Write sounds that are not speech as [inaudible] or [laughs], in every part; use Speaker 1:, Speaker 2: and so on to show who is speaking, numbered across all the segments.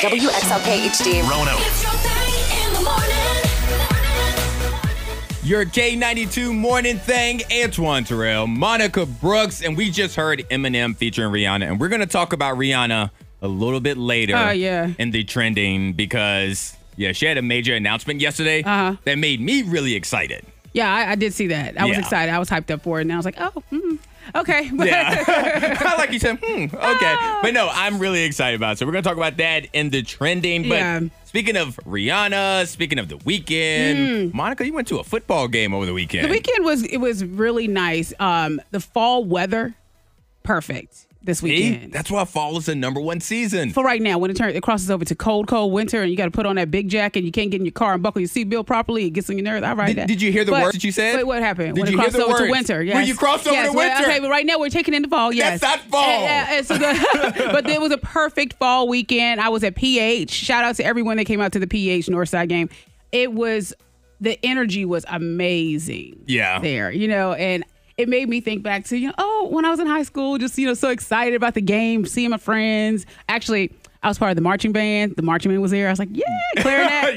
Speaker 1: WXLK HD.
Speaker 2: Rono.
Speaker 3: It's your thing in the morning.
Speaker 4: Your K92 morning thing, Antoine Terrell, Monica Brooks, and we just heard Eminem featuring Rihanna. And we're going to talk about Rihanna a little bit later
Speaker 5: Oh, yeah.
Speaker 4: in the trending because, yeah, she had a major announcement yesterday
Speaker 5: Uh-huh.
Speaker 4: that made me really excited.
Speaker 5: Yeah, I, I did see that. I was
Speaker 4: Yeah.
Speaker 5: excited. I was hyped up for it, and I was like, oh, mm, okay. [laughs]
Speaker 4: Yeah. [laughs] I like you said, hmm, okay.
Speaker 5: Ah.
Speaker 4: But no, I'm really excited about it. So we're going to talk about that in the trending. But
Speaker 5: Yeah.
Speaker 4: speaking of Rihanna, speaking of the weekend, Monica, you went to a football game over the weekend.
Speaker 5: Hmm. the weekend was it was really nice. Um, the fall weather, perfect this
Speaker 4: See?
Speaker 5: weekend.
Speaker 4: That's why fall is the number one season.
Speaker 5: for right now, when it turns, it crosses over to cold, cold winter, and you got to put on that big jacket, and you can't get in your car and buckle your seatbelt properly. It gets on your nerves. I write
Speaker 4: Did-
Speaker 5: that.
Speaker 4: did you hear the
Speaker 5: But-
Speaker 4: words that you said?
Speaker 5: Wait, what happened?
Speaker 4: Did
Speaker 5: when
Speaker 4: you hear
Speaker 5: it crossed
Speaker 4: the
Speaker 5: over to
Speaker 4: words?
Speaker 5: winter?
Speaker 4: When
Speaker 5: Yes.
Speaker 4: you crossed over
Speaker 5: Yes,
Speaker 4: to
Speaker 5: well,
Speaker 4: winter.
Speaker 5: okay, but right now we're taking in the fall. Yes,
Speaker 4: not fall.
Speaker 5: And- uh, and so the- but it [laughs] was a perfect fall weekend. I was at PH. Shout out to everyone that came out to the PH Northside game. It was the energy was amazing.
Speaker 4: Yeah.
Speaker 5: there, you know, and it made me think back to you know, oh, when I was in high school, just you know, so excited about the game, seeing my friends. Actually. I was part of the marching band. The marching band was there. I was like, "Yeah, clarinet."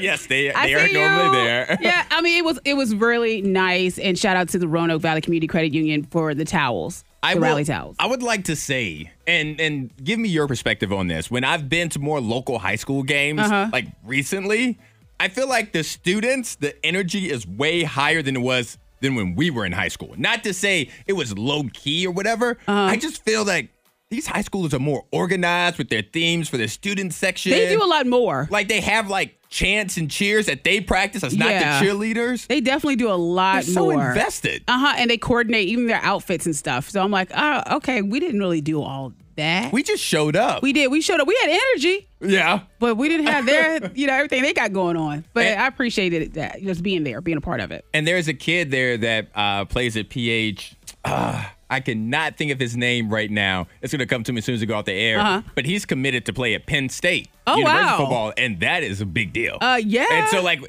Speaker 4: [laughs] Yes, they-
Speaker 5: I
Speaker 4: they are
Speaker 5: see
Speaker 4: normally
Speaker 5: you.
Speaker 4: there. [laughs]
Speaker 5: yeah, I mean, it was it was really nice. And shout out to the Roanoke Valley Community Credit Union for the towels, the
Speaker 4: will-
Speaker 5: rally towels.
Speaker 4: I would like to say, and and give me your perspective on this. When I've been to more local high school games,
Speaker 5: Uh-huh.
Speaker 4: like recently, I feel like the students, the energy is way higher than it was than when we were in high school. Not to say it was low key or whatever.
Speaker 5: Uh-huh.
Speaker 4: I just feel like these high schoolers are more organized with their themes for their student section.
Speaker 5: they do a lot more.
Speaker 4: Like they have like chants and cheers that they practice. That's not
Speaker 5: Yeah.
Speaker 4: the cheerleaders.
Speaker 5: They definitely do a lot
Speaker 4: They're so
Speaker 5: more.
Speaker 4: invested.
Speaker 5: Uh huh. And they coordinate even their outfits and stuff. So I'm like, oh, okay, we didn't really do all that.
Speaker 4: We just showed up.
Speaker 5: we did. We showed up. We had energy,
Speaker 4: yeah.
Speaker 5: but we didn't
Speaker 4: [laughs]
Speaker 5: have their, you know, everything they got going on. But
Speaker 4: And-
Speaker 5: I appreciated that just being there, being a part of it.
Speaker 4: And there's a kid there that uh, plays at PH. Uh, I cannot think of his name right now. It's going to come to me as soon as we go off the air. But he's committed to play at Penn State
Speaker 5: Uh-huh. Oh,
Speaker 4: University
Speaker 5: wow.
Speaker 4: football, and that is a big deal.
Speaker 5: Uh, yeah.
Speaker 4: And so, like,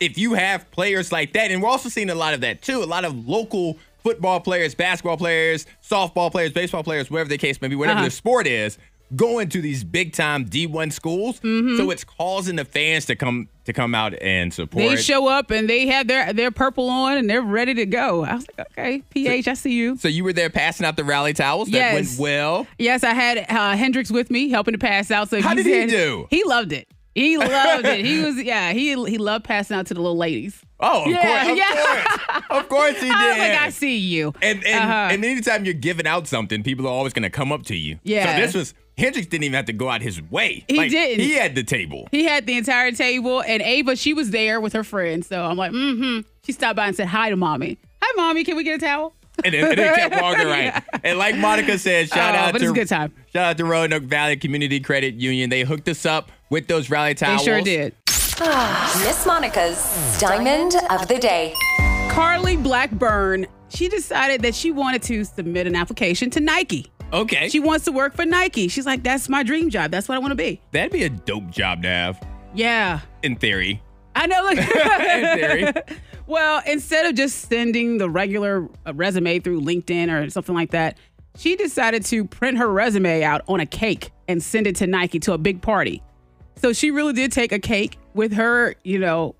Speaker 4: if you have players like that, and we're also seeing a lot of that too, a lot of local football players, basketball players, softball players, baseball players, whatever the case may be, whatever
Speaker 5: Uh-huh.
Speaker 4: the sport is, going to these big time D1 schools.
Speaker 5: Mm-hmm.
Speaker 4: So it's causing the fans to come to come out and support.
Speaker 5: They show up and they have their their purple on and they're ready to go. I was like, okay, PH, I see you.
Speaker 4: So you were there passing out the rally towels. That
Speaker 5: Yes.
Speaker 4: went well.
Speaker 5: Yes, I had uh, Hendrix with me helping to pass out. So if
Speaker 4: How
Speaker 5: you
Speaker 4: did he
Speaker 5: said-
Speaker 4: do?
Speaker 5: He loved it.
Speaker 4: [laughs]
Speaker 5: He loved it. He was yeah. He he loved passing out to the little ladies.
Speaker 4: Oh, of
Speaker 5: Yeah,
Speaker 4: course, of
Speaker 5: yeah.
Speaker 4: course, of course
Speaker 5: [laughs]
Speaker 4: he did.
Speaker 5: I was like, I see you.
Speaker 4: And and,
Speaker 5: Uh-huh.
Speaker 4: and anytime you're giving out something, people are always gonna come up to you.
Speaker 5: Yeah.
Speaker 4: So this was Hendrix didn't even have to go out his way.
Speaker 5: He didn't.
Speaker 4: He had the table.
Speaker 5: he had the entire table, and Ava she was there with her friends. So I'm like, mm-hmm. She stopped by and said hi to mommy. Hi, mommy. Can we get a towel?
Speaker 4: and then, and then kept
Speaker 5: [laughs]
Speaker 4: walking right. And like Monica said, shout
Speaker 5: Oh,
Speaker 4: out
Speaker 5: but
Speaker 4: to
Speaker 5: it's a good time.
Speaker 4: Shout out to Roanoke Valley Community Credit Union. They hooked us up with those rally
Speaker 5: They
Speaker 4: towels.
Speaker 5: sure did.
Speaker 1: Ah, Miss Monica's Diamond of the Day.
Speaker 5: Carly Blackburn. She decided that she wanted to submit an application to Nike.
Speaker 4: Okay.
Speaker 5: She wants to work for Nike. She's like, that's my dream job. That's what I want to be.
Speaker 4: That'd be a dope job to have,
Speaker 5: Yeah.
Speaker 4: in theory.
Speaker 5: I know.
Speaker 4: [laughs] In theory.
Speaker 5: [laughs] Like, well, instead of just sending the regular uh, resume through LinkedIn or something like that, she decided to print her resume out on a cake and send it to Nike to a big party. So she really did take a cake with her, you know,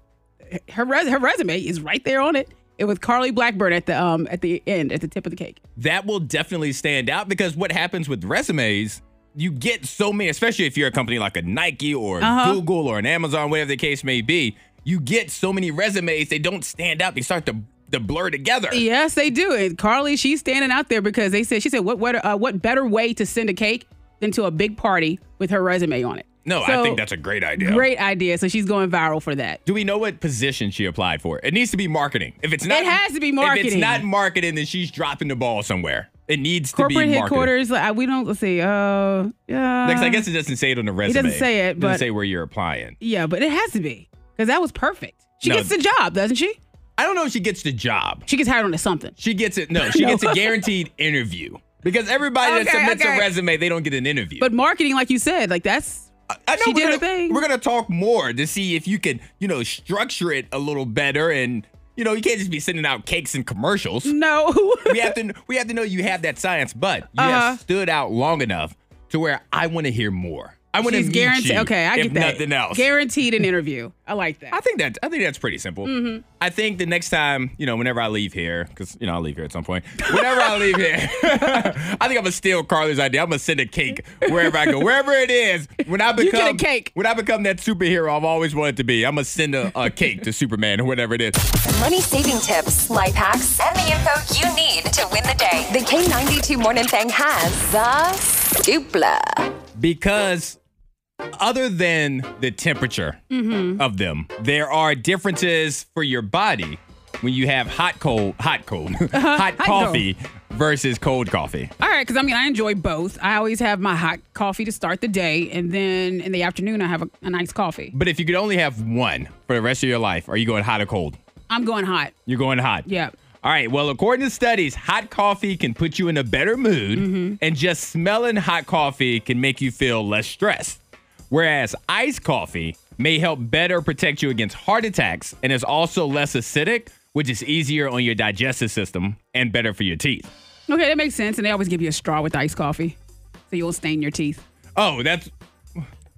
Speaker 5: her res- her resume is right there on it. It was Carly Blackburn at the um at the end at the tip of the cake.
Speaker 4: that will definitely stand out because what happens with resumes, you get so many, especially if you're a company like a Nike or a
Speaker 5: Uh-huh.
Speaker 4: Google or an Amazon, whatever the case may be, you get so many resumes, they don't stand out. They start to, to blur together.
Speaker 5: Yes, they do. And Carly, she's standing out there because they said she said what what uh, what better way to send a cake than to a big party with her resume on it.
Speaker 4: No, I
Speaker 5: So,
Speaker 4: think that's a great idea.
Speaker 5: Great idea. So she's going viral for that.
Speaker 4: Do we know what position she applied for? It needs to be marketing. If it's not,
Speaker 5: It has to be
Speaker 4: If it's
Speaker 5: marketing.
Speaker 4: not marketing, then she's dropping the ball somewhere. It needs to
Speaker 5: Corporate
Speaker 4: be marketing.
Speaker 5: headquarters. Like, I- we don't let's see. Uh, yeah.
Speaker 4: Next, I guess it doesn't say it on the resume.
Speaker 5: doesn't say it,
Speaker 4: doesn't
Speaker 5: but-
Speaker 4: say where you're applying.
Speaker 5: Yeah, but it has to be because that was perfect. She
Speaker 4: No.
Speaker 5: gets the job, doesn't she?
Speaker 4: I don't know if she gets the job.
Speaker 5: She gets hired onto something.
Speaker 4: She gets it. No, she
Speaker 5: [laughs] No.
Speaker 4: gets a guaranteed interview because everybody that
Speaker 5: Okay,
Speaker 4: submits a
Speaker 5: okay.
Speaker 4: resume, they don't get an interview.
Speaker 5: But marketing, like you said, like that's
Speaker 4: I know
Speaker 5: she
Speaker 4: we're
Speaker 5: did
Speaker 4: gonna,
Speaker 5: her thing.
Speaker 4: We're gonna talk more to see if you can, you know, structure it a little better, and you know, you can't just be sending out cakes and
Speaker 5: [laughs]
Speaker 4: commercials.
Speaker 5: no.
Speaker 4: we have to, we have to know you have that science, but you
Speaker 5: Uh-huh.
Speaker 4: have stood out long enough to where I want to hear more. I want to
Speaker 5: She's
Speaker 4: meet
Speaker 5: guaranteed.
Speaker 4: you,
Speaker 5: Okay, I
Speaker 4: if
Speaker 5: get that.
Speaker 4: Nothing else.
Speaker 5: Guaranteed an interview. I like that.
Speaker 4: I think that I think that's pretty simple.
Speaker 5: Mm-hmm.
Speaker 4: I think the next time, you know, whenever I leave here, because you know I'll leave here at some point. Whenever I leave here, [laughs] I think I'm gonna steal Carly's idea. I'm gonna send a cake wherever I go, wherever it is. When I
Speaker 5: You get
Speaker 4: become
Speaker 5: a cake.
Speaker 4: when I become that superhero I've always wanted to be, I'm gonna send a, a cake to Superman or whatever it is.
Speaker 1: Money saving tips, life hacks, and the info you need to win the day. The K92 Morning Thing has the dupla.
Speaker 4: because other than the temperature
Speaker 5: Mm-hmm.
Speaker 4: of them, there are differences for your body when you have hot cold, hot cold, [laughs] hot
Speaker 5: Uh-huh. cold.
Speaker 4: coffee versus cold coffee.
Speaker 5: All right, because I mean, I enjoy both. I always have my hot coffee to start the day, and then in the afternoon, I have a, a nice coffee.
Speaker 4: But if you could only have one for the rest of your life, are you going hot or cold?
Speaker 5: I'm going hot.
Speaker 4: You're going hot.
Speaker 5: Yeah.
Speaker 4: All right. Well, according to studies, hot coffee can put you in a better mood,
Speaker 5: Mm-hmm.
Speaker 4: and just smelling hot coffee can make you feel less stressed. Whereas iced coffee may help better protect you against heart attacks and is also less acidic, which is easier on your digestive system and better for your teeth.
Speaker 5: Okay, that makes sense. And they always give you a straw with iced coffee, so you'll stain your teeth.
Speaker 4: Oh, that's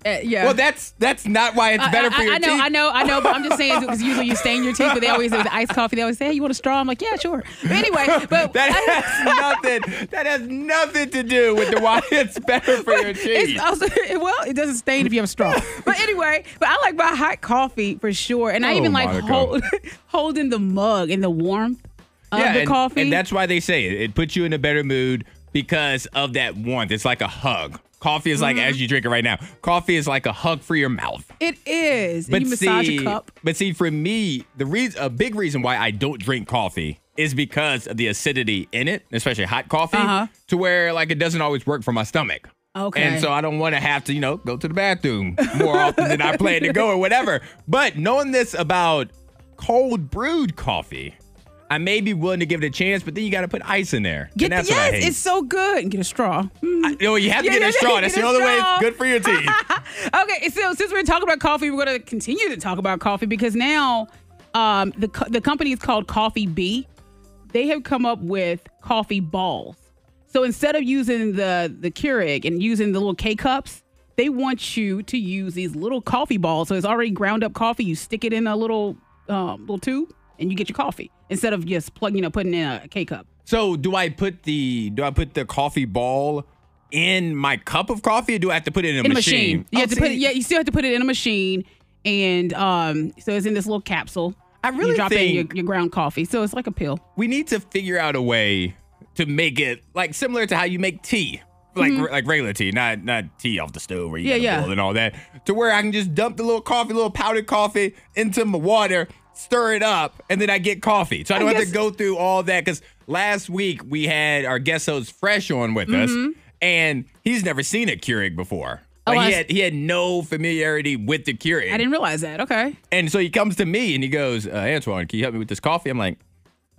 Speaker 5: Uh, yeah.
Speaker 4: well, that's that's not why it's
Speaker 5: I-
Speaker 4: better
Speaker 5: I,
Speaker 4: for your
Speaker 5: I know,
Speaker 4: teeth.
Speaker 5: I know, I know, but I'm just saying because usually you stain your teeth, but they always with iced coffee. They always say, "Hey, you want a straw?" I'm like, "Yeah, sure." But
Speaker 4: [laughs]
Speaker 5: anyway, but
Speaker 4: That has nothing. That has nothing to do with the why it's better for your teeth.
Speaker 5: It's also well, it doesn't stain if you have
Speaker 4: [laughs]
Speaker 5: a straw. but anyway, but I like my hot coffee for sure, and I
Speaker 4: Oh,
Speaker 5: even like
Speaker 4: Monica.
Speaker 5: hold, [laughs] holding the mug and the warmth of the
Speaker 4: and,
Speaker 5: coffee.
Speaker 4: And that's why they say it. It puts you in a better mood because of that warmth. It's like a hug. Coffee is
Speaker 5: Mm-hmm.
Speaker 4: like as you drink it right now. Coffee is like a hug for your mouth.
Speaker 5: it is. And you massage a cup.
Speaker 4: but see, for me, the reason a big reason why I don't drink coffee is because of the acidity in it, especially hot coffee,
Speaker 5: Uh-huh.
Speaker 4: to where like it doesn't always work for my stomach.
Speaker 5: Okay.
Speaker 4: And so I don't want to have to, you know, go to the bathroom
Speaker 5: [laughs]
Speaker 4: more often than I plan to go or whatever. But knowing this about cold brewed coffee, I may be willing to give it a chance, but then you got to put ice in there.
Speaker 5: Get
Speaker 4: and
Speaker 5: the,
Speaker 4: that's what I
Speaker 5: yes,
Speaker 4: hate.
Speaker 5: it's so good. And get a straw. Mm.
Speaker 4: I- no, you have to
Speaker 5: Yeah,
Speaker 4: get
Speaker 5: yeah,
Speaker 4: a straw.
Speaker 5: yeah,
Speaker 4: That's
Speaker 5: get
Speaker 4: the
Speaker 5: a
Speaker 4: only way.
Speaker 5: straw.
Speaker 4: It's good
Speaker 5: [laughs]
Speaker 4: for your teeth.
Speaker 5: Okay, so since we're talking about coffee, we're going to continue to talk about coffee because now um, the co- the company is called Coffee Bee. They have come up with coffee balls. So instead of using the the Keurig and using the little K cups, they want you to use these little coffee balls. So it's already ground up coffee. You stick it in a little um, little tube, and you get your coffee instead of just plugging, you know, putting in a K cup.
Speaker 4: So do I put the do I put the coffee ball in my cup of coffee or do I have to put it in a
Speaker 5: in a
Speaker 4: machine?
Speaker 5: machine. You
Speaker 4: Oh,
Speaker 5: have to put it,
Speaker 4: see,
Speaker 5: yeah, you still have to put it in a machine, and um, so it's in this little capsule.
Speaker 4: I really
Speaker 5: you drop in your,
Speaker 4: think-
Speaker 5: your ground coffee, so it's like a pill.
Speaker 4: we need to figure out a way to make it like similar to how you make tea. Like like regular tea, not not tea off the stove where you
Speaker 5: Mm-hmm. Yeah,
Speaker 4: yeah,
Speaker 5: yeah.
Speaker 4: boil and all that. To where I can just dump the little coffee, little powdered coffee into my water, stir it up, and then I get coffee. So I don't have
Speaker 5: guess-
Speaker 4: to go through all that because last week we had our guest host Fresh on with us, and he's never seen a Keurig before.
Speaker 5: Mm-hmm. Oh,
Speaker 4: Like,
Speaker 5: I
Speaker 4: he
Speaker 5: s-
Speaker 4: had he had no familiarity with the Keurig.
Speaker 5: I didn't realize that. Okay,
Speaker 4: And so he comes to me and he goes, uh, Antoine, can you help me with this coffee? I'm like,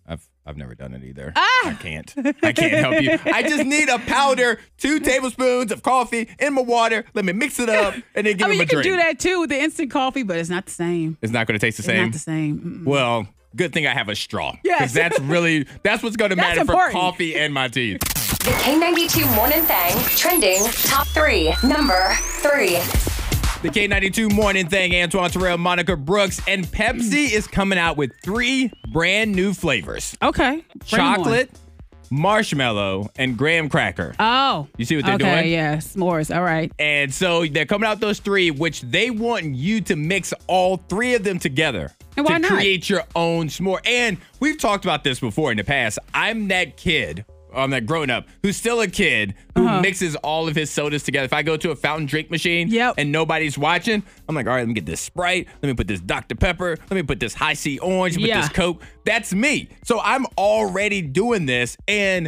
Speaker 4: I've I've never done it either.
Speaker 5: Ah!
Speaker 4: I can't. I can't help you. I just need a powder, two tablespoons of coffee in my water. Let me mix it up and then give him
Speaker 5: I mean
Speaker 4: a
Speaker 5: you can
Speaker 4: drink.
Speaker 5: do that too with the instant coffee, but it's not the same.
Speaker 4: It's not going to taste the
Speaker 5: It's
Speaker 4: same.
Speaker 5: not the same. Mm-mm.
Speaker 4: Well, good thing I have a straw.
Speaker 5: Yes. [laughs]
Speaker 4: that's really that's what's going to
Speaker 5: That's
Speaker 4: matter
Speaker 5: important.
Speaker 4: for coffee and my teeth.
Speaker 1: The K92 Morning Thing trending top three. Number three.
Speaker 4: The K92 morning thing, Antoine Terrell, Monica Brooks, and Pepsi is coming out with three brand new flavors.
Speaker 5: Okay, bring 'em on.
Speaker 4: chocolate, marshmallow, and graham cracker.
Speaker 5: Oh,
Speaker 4: You see what they're
Speaker 5: okay,
Speaker 4: doing?
Speaker 5: Yeah, s'mores. All right.
Speaker 4: and so they're coming out those three, which they want you to mix all three of them together
Speaker 5: And why
Speaker 4: to
Speaker 5: not?
Speaker 4: create your own s'more. And we've talked about this before in the past. I'm that kid. I'm that grown up who's still a kid who
Speaker 5: Uh-huh.
Speaker 4: mixes all of his sodas together. If I go to a fountain drink machine
Speaker 5: Yep.
Speaker 4: and nobody's watching, I'm like, all right, let me get this Sprite. Let me put this Dr. Pepper. Let me put this High C Orange with
Speaker 5: Yeah.
Speaker 4: this Coke. That's me. So I'm already doing this. And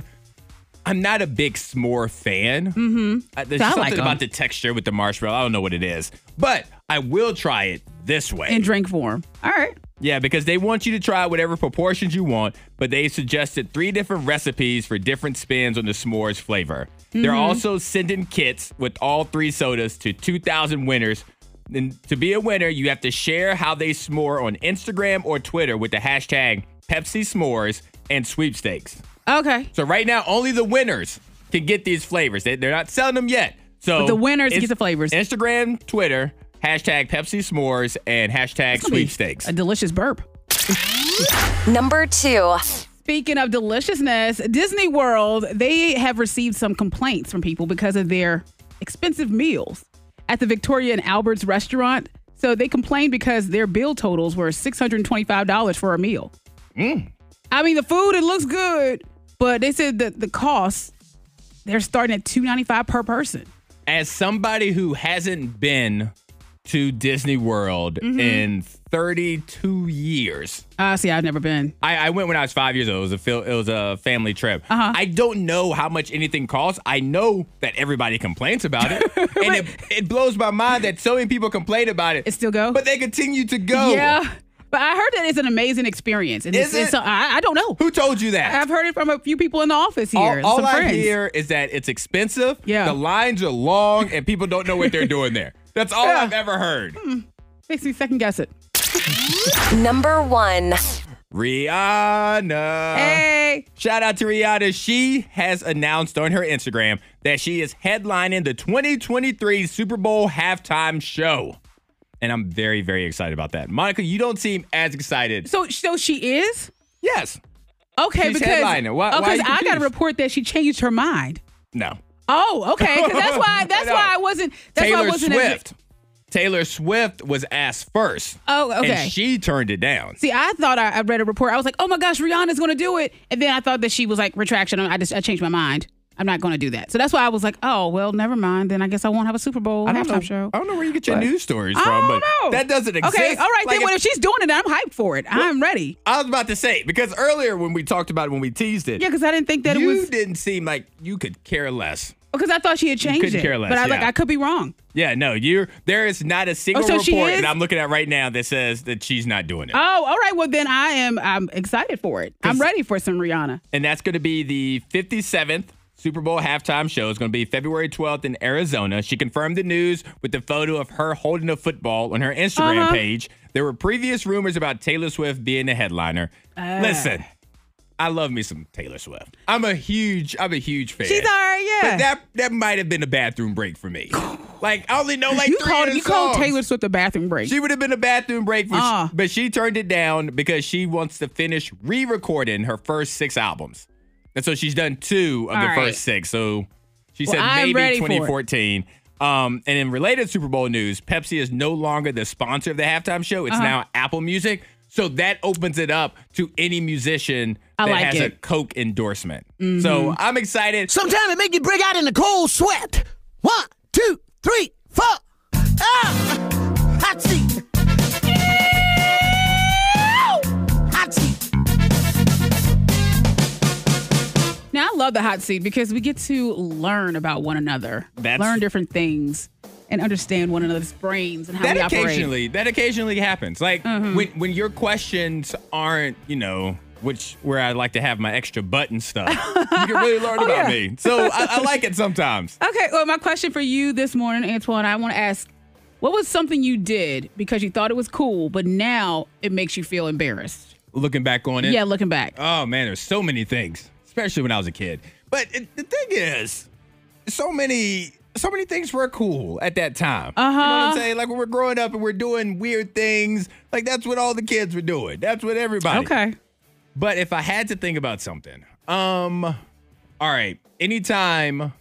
Speaker 4: I'm not a big s'more fan. Mm-hmm. there's
Speaker 5: So I
Speaker 4: something
Speaker 5: like 'em.
Speaker 4: about the texture with the marshmallow. I don't know what it is, but I will try it this way.
Speaker 5: In drink form. All right.
Speaker 4: yeah, because they want you to try whatever proportions you want, but they suggested three different recipes for different spins on the s'mores flavor. They're also sending kits with all three sodas to 2,000 winners. And to be a winner, you have to share how they s'more on Instagram or Twitter with the hashtag Pepsi S'mores and sweepstakes.
Speaker 5: Okay.
Speaker 4: So right now, only the winners can get these flavors. They, they're not selling them yet. So
Speaker 5: But the winners
Speaker 4: it's-
Speaker 5: get the flavors.
Speaker 4: Instagram, Twitter, hashtag Pepsi S'mores, and hashtag
Speaker 5: It's gonna be
Speaker 4: sweepstakes.
Speaker 5: A delicious burp.
Speaker 1: Number two.
Speaker 5: Speaking of deliciousness, Disney World, they have received some complaints from people because of their expensive meals at the Victoria and Albert's restaurant. So they complained because their bill totals were $625 for a meal.
Speaker 4: Mm.
Speaker 5: I mean, the food, it looks good, but they said that the costs, they're starting at $295 per person.
Speaker 4: As somebody who hasn't been to Disney World
Speaker 5: Mm-hmm.
Speaker 4: in 32 years,
Speaker 5: Ah, see, I've never been.
Speaker 4: I, I went when I was five years old. It was a fil- it was a family trip.
Speaker 5: Uh-huh.
Speaker 4: I don't know how much anything costs. I know that everybody complains about
Speaker 5: [laughs]
Speaker 4: it, and it, it blows my mind that so many people complain about it.
Speaker 5: It still go?
Speaker 4: but they continue to go.
Speaker 5: Yeah. But I heard that it's an amazing experience. And
Speaker 4: Oh. Is
Speaker 5: it's- it's-
Speaker 4: it?
Speaker 5: I, I don't know.
Speaker 4: Who told you that?
Speaker 5: I've heard it from a few people in the office here.
Speaker 4: all all
Speaker 5: some
Speaker 4: I
Speaker 5: friends.
Speaker 4: hear is that it's expensive.
Speaker 5: Yeah.
Speaker 4: the lines are long, and people don't know what they're doing there. That's all
Speaker 5: Yeah.
Speaker 4: I've ever heard.
Speaker 5: Makes me second guess it.
Speaker 1: Number one.
Speaker 4: Rihanna.
Speaker 5: hey.
Speaker 4: Shout out to Rihanna. She has announced on her Instagram that she is headlining the 2023 Super Bowl halftime show. And I'm very, very excited about that. Monica, you don't seem as excited.
Speaker 5: So so she is?
Speaker 4: Yes.
Speaker 5: Okay,
Speaker 4: She's
Speaker 5: because
Speaker 4: headlining. Why-
Speaker 5: oh,
Speaker 4: why are
Speaker 5: 'cause
Speaker 4: you
Speaker 5: I got a
Speaker 4: confused?
Speaker 5: report that she changed her mind.
Speaker 4: No.
Speaker 5: Oh, okay. 'cause
Speaker 4: [laughs]
Speaker 5: that's why that's
Speaker 4: No.
Speaker 5: why I wasn't that's why I
Speaker 4: Taylor
Speaker 5: wasn't as-
Speaker 4: Swift. Taylor Swift was asked first.
Speaker 5: Oh, okay.
Speaker 4: And she turned it down.
Speaker 5: See, I thought I, I read a report. I was like, "Oh my gosh, Rihanna's going to do it," and then I thought that she was like retraction. and I just I changed my mind. I'm not going to do that. So that's why I was like, "Oh well, never mind. Then I guess I won't have a Super Bowl
Speaker 4: I don't,
Speaker 5: halftime
Speaker 4: know,
Speaker 5: show."
Speaker 4: I don't know where you get your
Speaker 5: But-
Speaker 4: news stories
Speaker 5: I
Speaker 4: from,
Speaker 5: don't
Speaker 4: but
Speaker 5: know.
Speaker 4: that doesn't exist.
Speaker 5: Okay, all right.
Speaker 4: Like,
Speaker 5: then,
Speaker 4: if-
Speaker 5: well, if she's doing it, I'm hyped for it. I'm ready.
Speaker 4: I was about to say, because earlier when we talked about it, when we teased it,
Speaker 5: Yeah, because I didn't think that
Speaker 4: you
Speaker 5: it was
Speaker 4: didn't seem like you could care less.
Speaker 5: because I thought she had changed
Speaker 4: couldn't
Speaker 5: it.
Speaker 4: care less,
Speaker 5: but I like
Speaker 4: yeah.
Speaker 5: I could be wrong.
Speaker 4: Yeah, no, you're there is not a single
Speaker 5: Oh, so she
Speaker 4: report
Speaker 5: is?
Speaker 4: that I'm looking at right now that says that she's not doing it.
Speaker 5: Oh, all right. Well, then I am. I'm excited for it. I'm ready for some Rihanna.
Speaker 4: and that's going to be the 57th Super Bowl halftime show. It's going to be February 12th in Arizona. She confirmed the news with the photo of her holding a football on her Instagram
Speaker 5: Uh-huh.
Speaker 4: page. There were previous rumors about Taylor Swift being the headliner.
Speaker 5: Uh.
Speaker 4: Listen, I love me some Taylor Swift. I'm a huge, I'm a huge fan.
Speaker 5: She's all right. Yeah.
Speaker 4: But that that might have been a bathroom break for
Speaker 5: [laughs]
Speaker 4: me. Like I only know like
Speaker 5: you
Speaker 4: three
Speaker 5: called
Speaker 4: of the
Speaker 5: you called
Speaker 4: songs.
Speaker 5: Taylor Swift a bathroom break.
Speaker 4: She would have been a bathroom break, but,
Speaker 5: Ah.
Speaker 4: she, but she turned it down because she wants to finish re-recording her first six albums, and so she's done two of
Speaker 5: All
Speaker 4: the
Speaker 5: right.
Speaker 4: first six. So she
Speaker 5: Well,
Speaker 4: said
Speaker 5: I'm ready
Speaker 4: maybe
Speaker 5: for it.
Speaker 4: 2014. Um, and in related Super Bowl news, Pepsi is no longer the sponsor of the halftime show.
Speaker 5: Uh-huh.
Speaker 4: It's now Apple Music, so that opens it up to any musician
Speaker 5: I
Speaker 4: that
Speaker 5: like
Speaker 4: has a
Speaker 5: it. Mm-hmm.
Speaker 4: Coke endorsement. So I'm excited.
Speaker 2: Sometimes it make you break out in a cold sweat. One, two, three, four. Ah! Hot seat. Ew! Hot seat.
Speaker 5: now I love the hot seat because we get to learn about one another,
Speaker 4: That's-
Speaker 5: learn different things, and understand one another's brains and how
Speaker 4: that
Speaker 5: we operate.
Speaker 4: occasionally that occasionally happens like
Speaker 5: Mm-hmm.
Speaker 4: when when your questions aren't you know which where i like to have my extra button stuff you can
Speaker 5: [laughs]
Speaker 4: really learn about
Speaker 5: Oh, yeah.
Speaker 4: me so I, I like it sometimes
Speaker 5: Okay. Well, my question for you this morning, Antoine, I want to ask. What was something you did because you thought it was cool, but now it makes you feel embarrassed?
Speaker 4: looking back on it
Speaker 5: Yeah, looking back.
Speaker 4: oh man there's so many things especially when i was a kid but it, the thing is so many so many things were cool at that time uh-huh. you know what i'm saying like when we're growing up and we're doing weird things like that's what all the kids were doing that's what everybody
Speaker 5: Okay.
Speaker 4: But if I had to think about something, um, all right, anytime.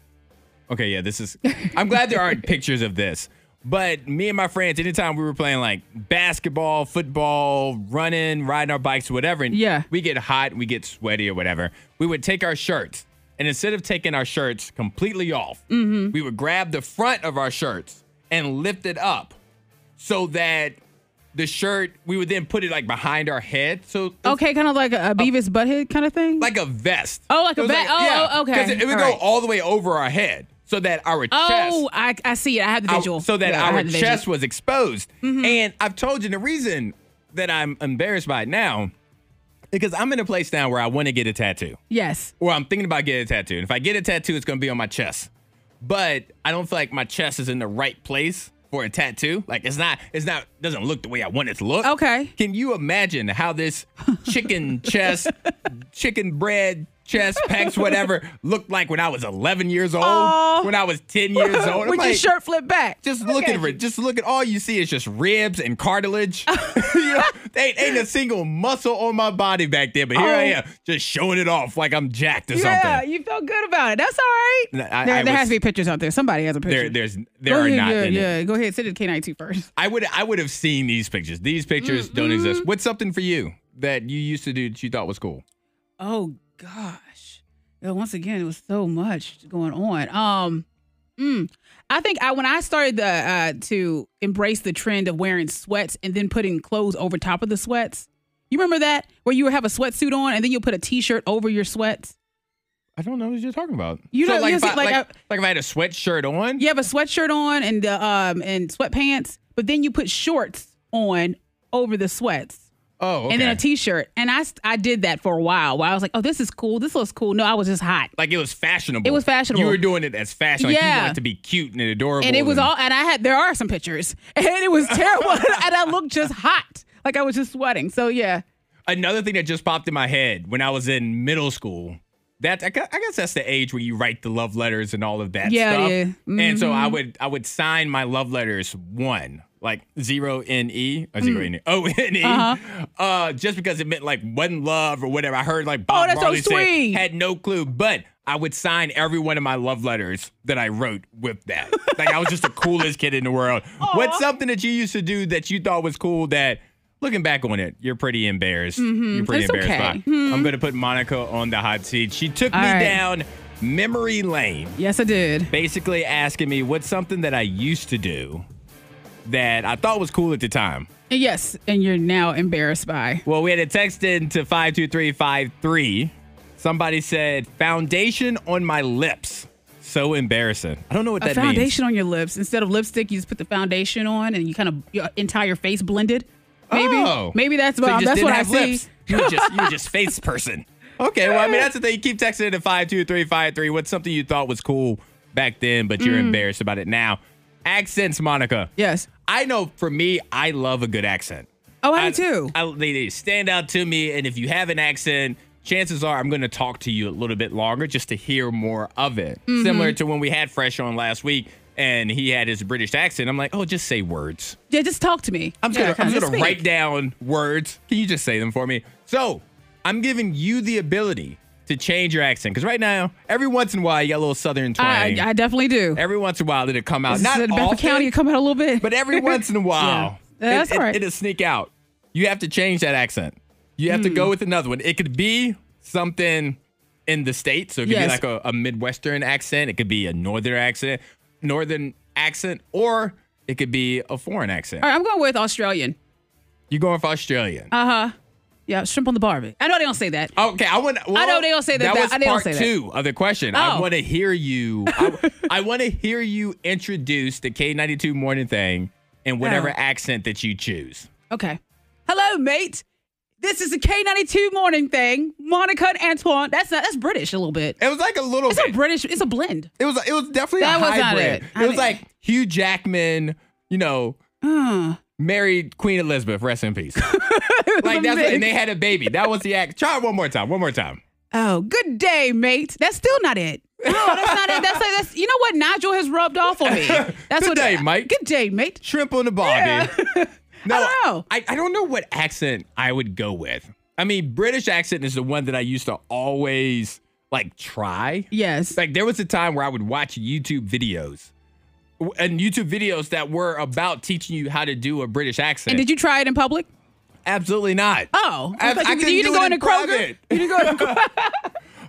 Speaker 4: Okay, yeah, this is. I'm glad there aren't pictures of this. But me and my friends, anytime we were playing like basketball, football, running, riding our bikes, whatever, and
Speaker 5: Yeah.
Speaker 4: we get hot, we get sweaty or whatever, we would take our shirts. And instead of taking our shirts completely off, we would grab the front of our shirts and lift it up so that the shirt, we would then put it like behind our head. So it
Speaker 5: Okay, kind of like
Speaker 4: Oh.
Speaker 5: a, a Beavis Butthead kind of thing.
Speaker 4: like a vest.
Speaker 5: Oh, like a
Speaker 4: It was
Speaker 5: vest. Oh, oh, okay.
Speaker 4: Because it, it would
Speaker 5: All
Speaker 4: go
Speaker 5: right.
Speaker 4: all the way over our head, so that our
Speaker 5: oh,
Speaker 4: chest,
Speaker 5: I, I see it. I have the
Speaker 4: our-
Speaker 5: visual.
Speaker 4: so that
Speaker 5: Yeah, I
Speaker 4: our
Speaker 5: have the visual. Mm-hmm.
Speaker 4: chest was exposed. And I've told you the reason that I'm embarrassed by it now, because I'm in a place now where I want to get a tattoo,
Speaker 5: Yes.
Speaker 4: or I'm thinking about getting a tattoo. And if I get a tattoo, it's going to be on my chest. But I don't feel like my chest is in the right place for a tattoo. Like it's not, it's not, doesn't look the way I want it to look.
Speaker 5: Okay. [laughs]
Speaker 4: Can you imagine how this chicken chest, chicken bread chest, pecs, whatever looked like when I was 11 years old,
Speaker 5: Aw.
Speaker 4: when I was 10 years old. I'm
Speaker 5: With your
Speaker 4: like,
Speaker 5: shirt flipped back.
Speaker 4: Just look at it. Just look at all you see is just ribs and cartilage.
Speaker 5: [laughs]
Speaker 4: [laughs] you know, they ain't a single muscle on my body back there. But here I
Speaker 5: Oh.
Speaker 4: am, just showing it off like I'm jacked or
Speaker 5: Yeah,
Speaker 4: something.
Speaker 5: you feel good about it. That's all right.
Speaker 4: No, I-
Speaker 5: there
Speaker 4: I
Speaker 5: there
Speaker 4: was-
Speaker 5: has to be pictures out there. Somebody has a picture.
Speaker 4: There, there's, there
Speaker 5: Go
Speaker 4: are
Speaker 5: ahead,
Speaker 4: not.
Speaker 5: Yeah,
Speaker 4: in it.
Speaker 5: yeah. Go ahead. Send it to K92 first.
Speaker 4: I would, I would have seen these pictures. These pictures
Speaker 5: Mm-hmm.
Speaker 4: don't exist. What's something for you that you used to do that you thought was cool?
Speaker 5: Oh gosh. Yeah, Once again, it was so much going on. Um, mm, I think I when I started the, uh, to embrace the trend of wearing sweats and then putting clothes over top of the sweats. You remember that where you would have a sweatsuit on and then you'll put a t-shirt over your sweats.
Speaker 4: I don't know what you're talking about.
Speaker 5: You
Speaker 4: so
Speaker 5: don't-
Speaker 4: like,
Speaker 5: you
Speaker 4: if I,
Speaker 5: see, like,
Speaker 4: like,
Speaker 5: I-
Speaker 4: like if I had a sweatshirt on.
Speaker 5: You have a sweatshirt on and the um and sweatpants, but then you put shorts on over the sweats.
Speaker 4: Oh, okay.
Speaker 5: And then a t-shirt, and I st- I did that for a while. While I was like, oh, this is cool. This looks cool. No, I was just hot.
Speaker 4: like it was fashionable.
Speaker 5: It was fashionable.
Speaker 4: You were doing it as fashion. Like you
Speaker 5: Yeah.
Speaker 4: wanted to be cute and adorable.
Speaker 5: and it was all and i had there are some pictures [laughs] and it was terrible [laughs] and i looked just hot like i was just sweating so yeah
Speaker 4: Another thing that just popped in my head when I was in middle school. That I gu- I guess that's the age where you write the love letters and all of that
Speaker 5: Yeah,
Speaker 4: stuff.
Speaker 5: yeah. Mm-hmm.
Speaker 4: And so I would I would sign my love letters one like zero N E or
Speaker 5: Mm.
Speaker 4: zero N E O N E,
Speaker 5: Uh-huh.
Speaker 4: uh, just because it meant like one love or whatever. I heard like Bob
Speaker 5: Oh, that's so
Speaker 4: Marley say-
Speaker 5: sweet.
Speaker 4: had no clue, but I would sign every one of my love letters that I wrote with that. like I was just the coolest kid in the world. What's something that you used to do that you thought was cool that looking back on it, you're pretty embarrassed. You're pretty
Speaker 5: Mm-hmm. It's
Speaker 4: embarrassed
Speaker 5: okay. Mm-hmm.
Speaker 4: by. I'm gonna put Monica on the hot seat. She took
Speaker 5: All
Speaker 4: me
Speaker 5: right.
Speaker 4: down memory lane,
Speaker 5: yes i did
Speaker 4: basically asking me what's something that I used to do that I thought was cool at the time.
Speaker 5: And yes and you're now embarrassed by
Speaker 4: Well, we had a text in to 52353. Somebody said, Foundation on my lips. So embarrassing. I don't know what
Speaker 5: a
Speaker 4: that
Speaker 5: foundation on your lips instead of lipstick you just put the foundation on and you kind of your entire face blended
Speaker 4: means.
Speaker 5: maybe
Speaker 4: Oh.
Speaker 5: maybe that's
Speaker 4: So you
Speaker 5: what,
Speaker 4: just
Speaker 5: that's
Speaker 4: didn't
Speaker 5: what i
Speaker 4: have
Speaker 5: see
Speaker 4: lips. You were just, you were just face person. [laughs] Okay, well, I mean, that's the thing. Keep texting into 52353. What's something you thought was cool back then, but you're embarrassed about it now? Accents, Monica.
Speaker 5: Mm. yes
Speaker 4: I know for me, I love a good accent.
Speaker 5: Oh, I do too.
Speaker 4: I, they, they stand out to me, and if you have an accent, chances are I'm going to talk to you a little bit longer just to hear more of it.
Speaker 5: Mm-hmm.
Speaker 4: Similar to when we had Fresh on last week, and he had his British accent. I'm like, oh, just say words.
Speaker 5: yeah just talk to me
Speaker 4: I'm just
Speaker 5: Yeah,
Speaker 4: gonna, I'm
Speaker 5: kinda
Speaker 4: gonna
Speaker 5: speak.
Speaker 4: write down words. Can you just say them for me? So I'm giving you the ability to change your accent because right now, every once in a while, you got a little southern twang.
Speaker 5: I, I definitely do
Speaker 4: every once in a while, it'll come out.
Speaker 5: This
Speaker 4: Not
Speaker 5: is in Bedford
Speaker 4: often,
Speaker 5: county it come out a little bit
Speaker 4: but
Speaker 5: [laughs]
Speaker 4: every once in a while,
Speaker 5: Yeah. Uh, That's
Speaker 4: it, it,
Speaker 5: all right.
Speaker 4: it'll sneak out. You have to change that accent. You have to
Speaker 5: Hmm.
Speaker 4: go with another one. It could be something in the States. So it could
Speaker 5: Yes.
Speaker 4: be like a, a Midwestern accent. It could be a northern accent, northern accent, or it could be a foreign accent.
Speaker 5: all right i'm going with australian
Speaker 4: You're going for Australian.
Speaker 5: Uh, yeah shrimp on the barbie i know they don't say that
Speaker 4: okay, I want. Well,
Speaker 5: know they don't say that- that-
Speaker 4: was
Speaker 5: I- they don't
Speaker 4: part
Speaker 5: say that.
Speaker 4: two of the question. I
Speaker 5: Oh.
Speaker 4: want to hear you. [laughs] I, want to hear you introduce the K92 morning thing in whatever
Speaker 5: Oh.
Speaker 4: accent that you choose.
Speaker 5: Okay. Hello, mate. This is the K92 morning thing. Monica and Antoine. That's not, that's British a little bit.
Speaker 4: It was like a little.
Speaker 5: It's a
Speaker 4: bit.
Speaker 5: British, it's a blend.
Speaker 4: It was. It was definitely
Speaker 5: That
Speaker 4: a
Speaker 5: was not
Speaker 4: hybrid.
Speaker 5: it. I
Speaker 4: was
Speaker 5: mean-
Speaker 4: like Hugh Jackman. You know,
Speaker 5: Mm.
Speaker 4: married Queen Elizabeth. Rest in
Speaker 5: [laughs]
Speaker 4: peace. like that's what, and they had a baby. That was the act. Try it one more time. One more time.
Speaker 5: Oh, good day, mate. That's still not it. No, that's not it. That's like that's you know what Nigel has rubbed off on
Speaker 4: [laughs]
Speaker 5: me. That's
Speaker 4: Good
Speaker 5: what
Speaker 4: day, mate.
Speaker 5: Good day, mate.
Speaker 4: shrimp on the barbie. [laughs] no,
Speaker 5: [laughs] I don't know.
Speaker 4: I, I don't know what accent I would go with. I mean, British accent is the one that I used to always like try.
Speaker 5: Yes.
Speaker 4: Like there was a time where I would watch YouTube videos w- and YouTube videos that were about teaching you how to do a British accent.
Speaker 5: And did you try it in public?
Speaker 4: Absolutely not.
Speaker 5: Oh.
Speaker 4: I,
Speaker 5: Like,
Speaker 4: I
Speaker 5: you-
Speaker 4: couldn't
Speaker 5: you didn't
Speaker 4: do
Speaker 5: go
Speaker 4: it
Speaker 5: into Kroger?
Speaker 4: private.
Speaker 5: You didn't go [laughs] to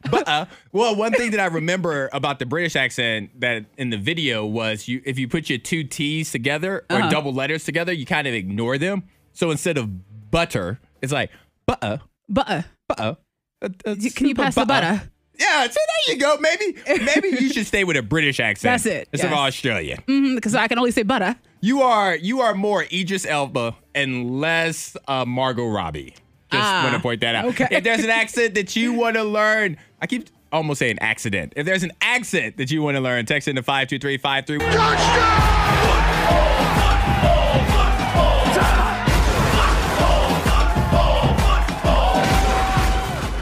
Speaker 4: But uh, well, one thing that I remember about the British accent that in the video was you if you put your two T's together or
Speaker 5: Uh-huh.
Speaker 4: double letters together, you kind of ignore them. So instead of butter, it's like butter,
Speaker 5: butter.
Speaker 4: butter. Uh, uh,
Speaker 5: Can you
Speaker 4: super
Speaker 5: pass the butter?
Speaker 4: Yeah, so there you go. Maybe maybe you should stay with a British accent.
Speaker 5: [laughs] That's it,
Speaker 4: Instead of
Speaker 5: yes.
Speaker 4: Australia.
Speaker 5: Because Mm, I can only say butter.
Speaker 4: You are you are more Idris Elba and less uh, Margot Robbie. Just
Speaker 5: Ah,
Speaker 4: want to point that out.
Speaker 5: okay.
Speaker 4: If there's an accent that you want to learn, I keep almost saying accident. If there's an accent that you want to learn, text into five two three five three.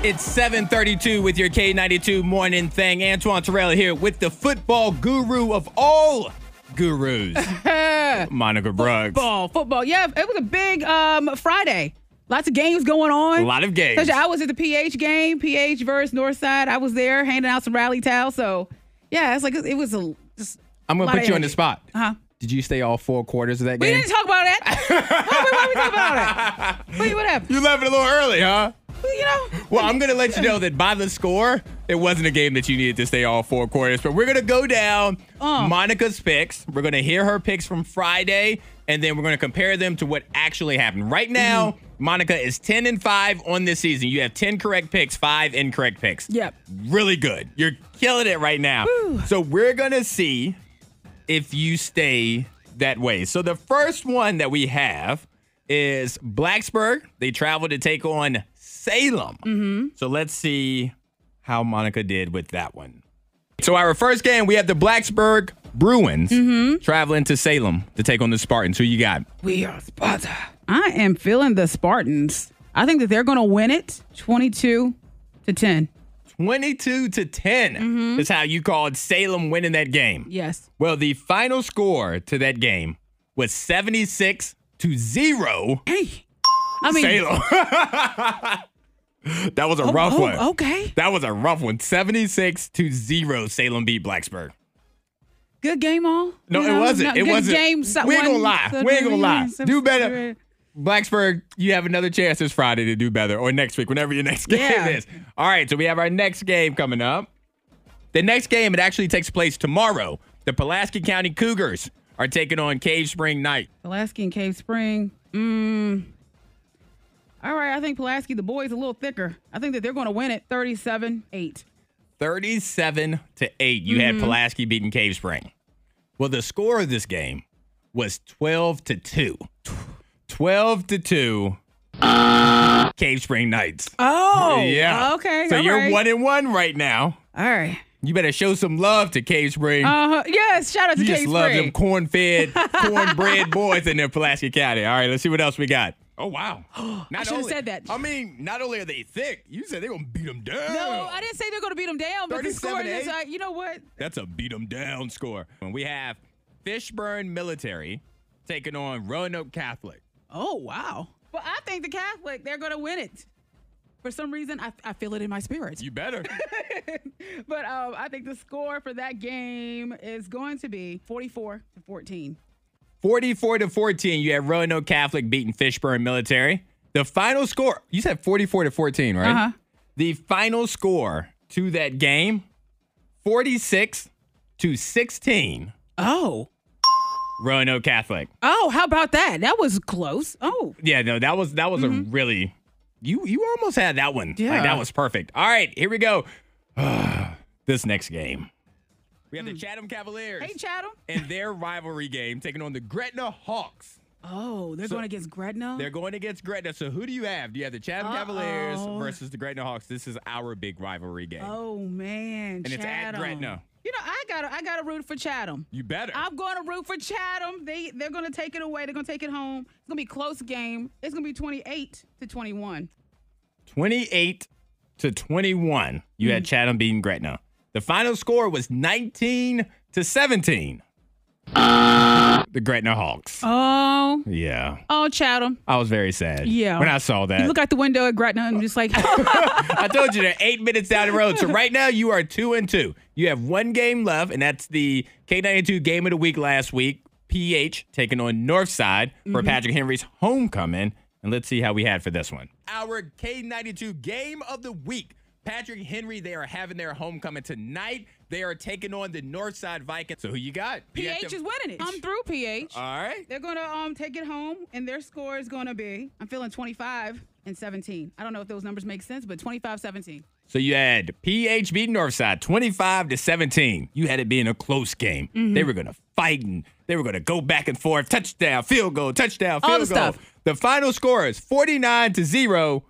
Speaker 4: It's 732 with your K92 morning thing. Antoine Terrell here with the football guru of all
Speaker 5: [laughs]
Speaker 4: gurus, Monica Brooks.
Speaker 5: Football, Oh, football. Yeah, it was a big um, Friday. Lots of games going on.
Speaker 4: A lot of games.
Speaker 5: Especially I was at the PH game, PH versus Northside. I was there handing out some rally towels. So, yeah, it's like it was a. Just
Speaker 4: I'm going
Speaker 5: lot
Speaker 4: to
Speaker 5: of
Speaker 4: put you on
Speaker 5: energy.
Speaker 4: the spot.
Speaker 5: Uh-huh.
Speaker 4: Did you stay all four quarters of that
Speaker 5: We
Speaker 4: game?
Speaker 5: didn't talk about that. why, why, why we talk about that? Wait, what happened?
Speaker 4: you left it a little early, huh?
Speaker 5: You know.
Speaker 4: Well, I'm going to let you know that by the score, it wasn't a game that you needed to stay all four quarters. But we're going to go down Monica's picks. We're going to hear her picks from Friday, and then we're going to compare them to what actually happened. Right now, Monica is 10 and 5 on this season. You have 10 correct picks, 5 incorrect picks.
Speaker 5: Yep.
Speaker 4: Really good. You're killing it right now. So we're going to see if you stay that way. So the first one that we have is Blacksburg. They travel to take on Salem. So let's see how Monica did with that one. So our first game, we have the Blacksburg Bruins traveling to Salem to take on the Spartans. Who you got?
Speaker 5: We are Sparta. I am feeling the Spartans. I think that they're going to win it 22 to 10.
Speaker 4: 22 to 10 is how you called Salem winning that game.
Speaker 5: Yes.
Speaker 4: Well, the final score to that game was 76 to 0
Speaker 5: Hey. I mean,
Speaker 4: Salem. [laughs] that was a rough
Speaker 5: oh,
Speaker 4: one.
Speaker 5: okay.
Speaker 4: That was a rough one. 76 to 0 Salem beat Blacksburg.
Speaker 5: Good game, all.
Speaker 4: No, it wasn't. It
Speaker 5: good
Speaker 4: wasn't.
Speaker 5: Game, so-
Speaker 4: We ain't gonna
Speaker 5: one-
Speaker 4: lie.
Speaker 5: so-
Speaker 4: We ain't gonna lie.
Speaker 5: so-
Speaker 4: Do better. Blacksburg, you have another chance this Friday to do better or next week, whenever your next [laughs] game
Speaker 5: Yeah.
Speaker 4: is. All right, so we have our next game coming up. The next game, it actually takes place tomorrow. The Pulaski County Cougars are taking on Cave Spring Night.
Speaker 5: Pulaski and Cave Spring. Mm. All right, I think Pulaski, the boys, a little thicker. I think that they're going to win it 37 8.
Speaker 4: 37 to 8. You
Speaker 5: Mm-hmm.
Speaker 4: had Pulaski beating Cave Spring. Well, the score of this game was 12 to 2. 12 to 2. Cave Spring Knights.
Speaker 5: Oh.
Speaker 4: yeah.
Speaker 5: Okay.
Speaker 4: So
Speaker 5: all
Speaker 4: you're
Speaker 5: right.
Speaker 4: one and one right now.
Speaker 5: All right.
Speaker 4: You better show some love to Cave Spring.
Speaker 5: Uh, yes, shout out to
Speaker 4: you
Speaker 5: Cave
Speaker 4: just love
Speaker 5: Spring.
Speaker 4: them corn
Speaker 5: [laughs]
Speaker 4: fed, cornbread boys in their Pulaski County. All right, let's see what else we got. Oh, wow.
Speaker 5: [gasps]
Speaker 4: Not
Speaker 5: should've
Speaker 4: only-
Speaker 5: said that.
Speaker 4: I mean, not only are they thick, you said they're going to beat them down.
Speaker 5: No, I didn't say they're going to beat them down, but the score
Speaker 4: 37-8?
Speaker 5: is like, you know what?
Speaker 4: That's a beat 'em down score. And we have Fishburne Military taking on Roanoke Catholic.
Speaker 5: Oh, wow. Well, I think the Catholic, they're going to win it. For some reason, I, I feel it in my spirit.
Speaker 4: You [laughs] better.
Speaker 5: But um, I think the score for that game is going to be 44 to 14.
Speaker 4: 44 to 14, you have Roanoke Catholic beating Fishburne Military. The final score, you said 44 to 14, right?
Speaker 5: Uh-huh.
Speaker 4: The final score to that game 46 to 16,
Speaker 5: Oh.
Speaker 4: Roanoke Catholic.
Speaker 5: Oh, how about that? That was close. Oh.
Speaker 4: Yeah, no, that was that was a really you you almost had that one. Like,
Speaker 5: Mm-hmm. Yeah.
Speaker 4: that was perfect. All right, here we go. [sighs] this next game. We have the Chatham Cavaliers
Speaker 5: Mm. Hey, Chatham.
Speaker 4: and their rivalry game taking on the Gretna Hawks.
Speaker 5: Oh, they're going against Gretna?
Speaker 4: They're going against Gretna. So who do you have? Do you have the Chatham Cavaliers
Speaker 5: Uh-oh.
Speaker 4: versus the Gretna Hawks? This is our big rivalry game.
Speaker 5: Oh, man.
Speaker 4: And it's at
Speaker 5: Chatham.
Speaker 4: Gretna.
Speaker 5: You know, I got to I gotta root for Chatham.
Speaker 4: You better.
Speaker 5: I'm going to root for Chatham. They, they're going to take it away. They're going to take it home. It's going to be a close game. It's going to be 28 to 21.
Speaker 4: 28 to 21. You
Speaker 5: Mm.
Speaker 4: had Chatham beating Gretna. The final score was 19 to 17. The Gretna Hawks.
Speaker 5: Oh.
Speaker 4: Yeah.
Speaker 5: Oh, Chatham.
Speaker 4: I was very sad.
Speaker 5: Yeah.
Speaker 4: When I saw that.
Speaker 5: You look out the window at Gretna and [laughs] just like,
Speaker 4: I told you they're eight minutes down the road. So right now you are two and two. You have one game left, and that's the K92 game of the week last week. PH taking on Northside for
Speaker 5: Mm-hmm.
Speaker 4: Patrick Henry's homecoming. And let's see how we had for this one. Our K92 game of the week. Patrick Henry, they are having their homecoming tonight. They are taking on the Northside Vikings. So who you got? You got
Speaker 5: PH
Speaker 4: the-
Speaker 5: is winning it. I'm through PH.
Speaker 4: All right.
Speaker 5: They're gonna um take it home, and their score is gonna be I'm feeling 25 and 17. I don't know if those numbers make sense, but 25 17.
Speaker 4: So you had PH beating Northside 25 to 17. You had it being a close game.
Speaker 5: Mm-hmm.
Speaker 4: They were going to fight and they were going to go back and forth. Touchdown, field goal, touchdown, field
Speaker 5: All
Speaker 4: goal.
Speaker 5: the stuff.
Speaker 4: The final score is 49 to 0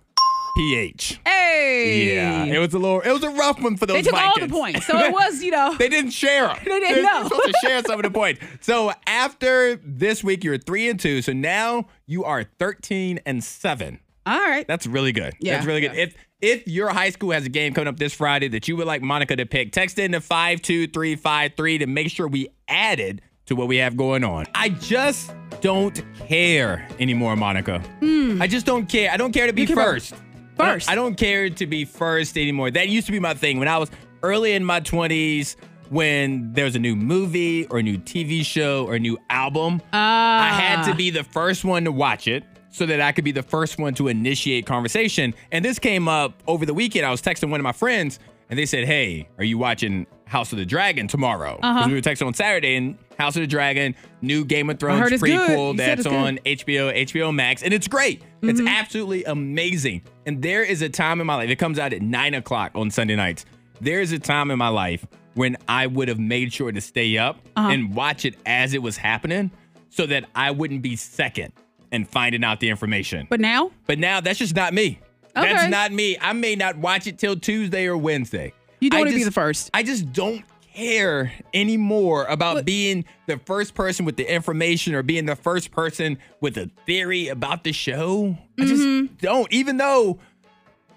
Speaker 4: PH.
Speaker 5: Hey,
Speaker 4: Yeah, it was a little it was a rough one for those
Speaker 5: they took all the
Speaker 4: Vikings.
Speaker 5: points, so
Speaker 4: [laughs]
Speaker 5: it was you know
Speaker 4: They didn't share them.
Speaker 5: [laughs] They didn't know.
Speaker 4: They're supposed to share
Speaker 5: [laughs]
Speaker 4: some of the points. So after this week, you're three and two. So now you are thirteen and seven.
Speaker 5: all right.
Speaker 4: That's really good.
Speaker 5: Yeah,
Speaker 4: That's really good.
Speaker 5: yeah.
Speaker 4: If If your high school has a game coming up this Friday that you would like Monica to pick, text in to 52353 to make sure we add it to what we have going on. I just don't care anymore, Monica. I just don't care. I don't care to be
Speaker 5: Hmm. care about-
Speaker 4: first.
Speaker 5: First.
Speaker 4: I don't care to be first anymore. That used to be my thing when I was early in my 20s when there was a new movie or a new TV show or a new album. I had to
Speaker 5: Ah.
Speaker 4: be the first one to watch it so that I could be the first one to initiate conversation. And this came up over the weekend. I was texting one of my friends and they said, Hey, are you watching House of the Dragon tomorrow?
Speaker 5: Uh-huh.
Speaker 4: Because we were texting on Saturday and House of the Dragon, new Game of Thrones
Speaker 5: heard it's good.
Speaker 4: prequel
Speaker 5: You said
Speaker 4: that's
Speaker 5: it's good.
Speaker 4: on HBO, HBO Max, and it's great. It's absolutely amazing. And there is a time in my life, it comes out at nine o'clock on Sunday nights. There is a time in my life when I would have made sure to stay up and watch it as it was happening so that I wouldn't be second and finding out the information.
Speaker 5: But now,
Speaker 4: But now that's just not me.
Speaker 5: Okay.
Speaker 4: That's not me. I may not watch it till Tuesday or Wednesday.
Speaker 5: You don't
Speaker 4: I
Speaker 5: wanna be
Speaker 4: just-
Speaker 5: the first.
Speaker 4: I just don't care anymore about being the first person with the information or being the first person with a theory about the show. I
Speaker 5: Mm-hmm.
Speaker 4: just don't, even though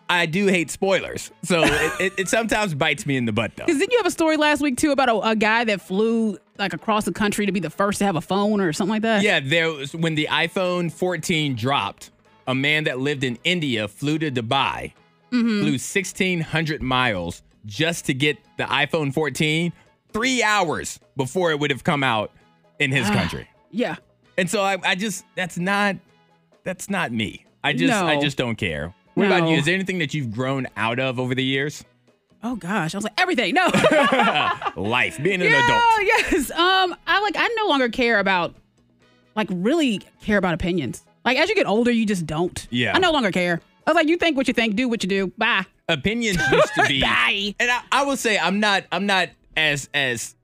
Speaker 4: I do hate spoilers.
Speaker 5: [laughs]
Speaker 4: So it, it, it sometimes bites me in the butt, though.
Speaker 5: because didn't you have a story last week too about a, a guy that flew like across the country to be the first to have a phone or something like that?
Speaker 4: Yeah, there was when the iPhone 14 dropped, a man that lived in India flew to Dubai,
Speaker 5: Mm-hmm.
Speaker 4: flew 1,600 miles just to get the iPhone 14 three hours before it would have come out in
Speaker 5: Ah.
Speaker 4: his country.
Speaker 5: Yeah.
Speaker 4: And so I, I just, that's not, that's not me. I just, I
Speaker 5: No.
Speaker 4: just don't care. What about
Speaker 5: No.
Speaker 4: you? Is there anything that you've grown out of over the years?
Speaker 5: Oh gosh, I was like everything. No. [laughs]
Speaker 4: Life, being an
Speaker 5: yeah,
Speaker 4: adult.
Speaker 5: Yes. Um, I like I no longer care about like really care about opinions. Like as you get older, you just don't.
Speaker 4: Yeah.
Speaker 5: I no longer care. I was like, you think what you think, do what you do. Bye.
Speaker 4: opinions used
Speaker 5: [laughs]
Speaker 4: to be
Speaker 5: Bye.
Speaker 4: and I, I will say i'm not i'm not as as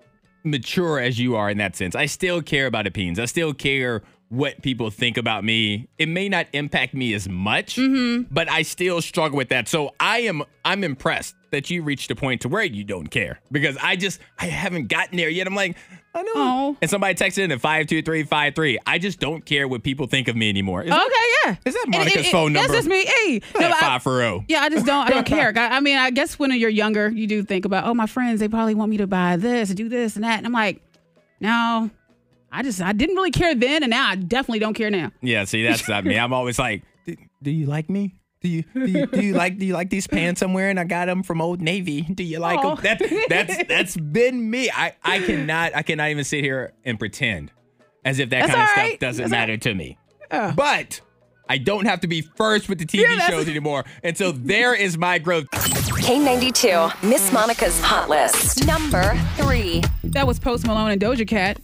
Speaker 4: mature as you are in that sense i still care about opinions i still care what people think about me it may not impact me as much
Speaker 5: Mm-hmm.
Speaker 4: but i still struggle with that so i am i'm impressed that you reached a point to where you don't care because i just i haven't gotten there yet i'm like i know
Speaker 5: Oh.
Speaker 4: and somebody texted in at 52353 i just don't care what people think of me anymore Is-
Speaker 5: Okay, yeah.
Speaker 4: Is that
Speaker 5: And-
Speaker 4: Monica's
Speaker 5: and- and-
Speaker 4: phone number?
Speaker 5: That's just me. Hey. Oh, No,
Speaker 4: That
Speaker 5: I-
Speaker 4: five for oh.
Speaker 5: yeah, I just don't. I
Speaker 4: [laughs]
Speaker 5: don't care. I, I mean, I guess when you're younger, you do think about, oh, my friends, they probably want me to buy this, do this, and that. And I'm like, no, I just, I didn't really care then, and now I definitely don't care now.
Speaker 4: Yeah, see, that's not me. I'm always like, do, do you like me? Do you, do you
Speaker 5: [laughs]
Speaker 4: do you like do you like these pants I'm wearing? I got them from Old Navy. Do you like
Speaker 5: Aw.
Speaker 4: them? That,
Speaker 5: [laughs]
Speaker 4: that's that's been me. I I cannot I cannot even sit here and pretend as if that
Speaker 5: That's
Speaker 4: kind of
Speaker 5: all
Speaker 4: stuff
Speaker 5: right.
Speaker 4: doesn't
Speaker 5: That's all
Speaker 4: matter to me. But I don't have to be first with the TV
Speaker 5: Yeah, that's-
Speaker 4: shows anymore, and so there is my growth.
Speaker 1: K92, Miss Monica's Hot List. Number three.
Speaker 5: That was Post Malone and Doja Cat.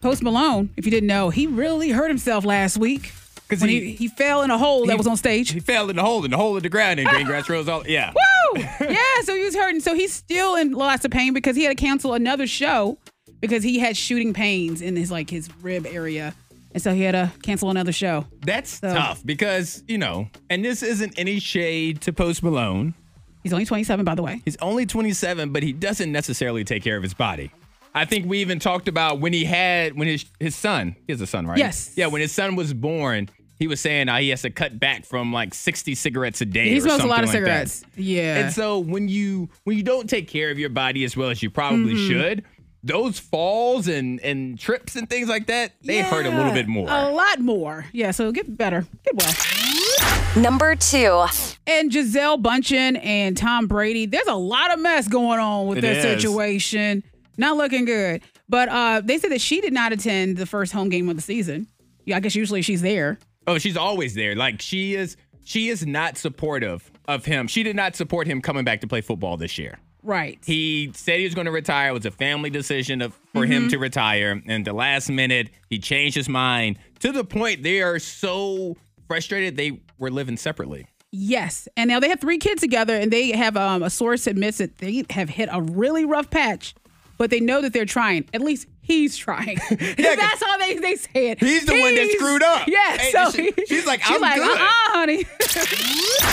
Speaker 5: Post Malone, if you didn't know, he really hurt himself last week
Speaker 4: 'Cause
Speaker 5: when
Speaker 4: he-
Speaker 5: he, he, fell in a hole that was on
Speaker 4: He [laughs]
Speaker 5: stage.
Speaker 4: fell in the hole in the hole in the ground and Greengrass Rose. All yeah.
Speaker 5: [laughs] Woo! yeah, so he was hurting. So he's still in lots of pain because he had to cancel another show because he had shooting pains in his like his rib area, and so he had to cancel another show.
Speaker 4: That's tough because you know, and this isn't any shade to Post Malone.
Speaker 5: He's only 27, by the way.
Speaker 4: He's only 27, but he doesn't necessarily take care of his body. I think we even talked about when he had when his his son, he has a son, right?
Speaker 5: Yes.
Speaker 4: Yeah, when his son was born, he was saying uh, he has to cut back from like 60 cigarettes a day.
Speaker 5: He
Speaker 4: or
Speaker 5: smokes a lot of
Speaker 4: something like that.
Speaker 5: cigarettes. Yeah.
Speaker 4: And so when you when you don't take care of your body as well as you probably
Speaker 5: Mm-hmm.
Speaker 4: should, those falls and and trips and things like that, they hurt a little
Speaker 5: Yeah, Oh.
Speaker 4: bit more.
Speaker 5: A lot more. Yeah, so get better. Get well.
Speaker 1: Number two.
Speaker 5: and Giselle Buncheon and Tom Brady. There's a lot of mess going on with
Speaker 4: It
Speaker 5: their
Speaker 4: is.
Speaker 5: situation. Not looking good. But uh, they said that she did not attend the first home game of the season. Yeah, I guess usually she's there.
Speaker 4: Oh, she's always there. Like she is she is not supportive of him. She did not support him coming back to play football this year.
Speaker 5: Right.
Speaker 4: He said he was going to retire. It was a family decision of, for
Speaker 5: Mm-hmm.
Speaker 4: him to retire. And the last minute, he changed his mind to the point they are so frustrated they were living separately.
Speaker 5: yes. And now they have three kids together, and they have um, a source admits that they have hit a really rough patch, but they know that they're trying. At least
Speaker 4: [laughs]
Speaker 5: he's trying. that's all they, they said.
Speaker 4: He's the one that
Speaker 5: He's-
Speaker 4: screwed up.
Speaker 5: Yeah.
Speaker 4: Hey,
Speaker 5: so
Speaker 4: she- she's like,
Speaker 5: she's
Speaker 4: "I'm
Speaker 5: like,
Speaker 4: good."
Speaker 5: uh-uh, honey.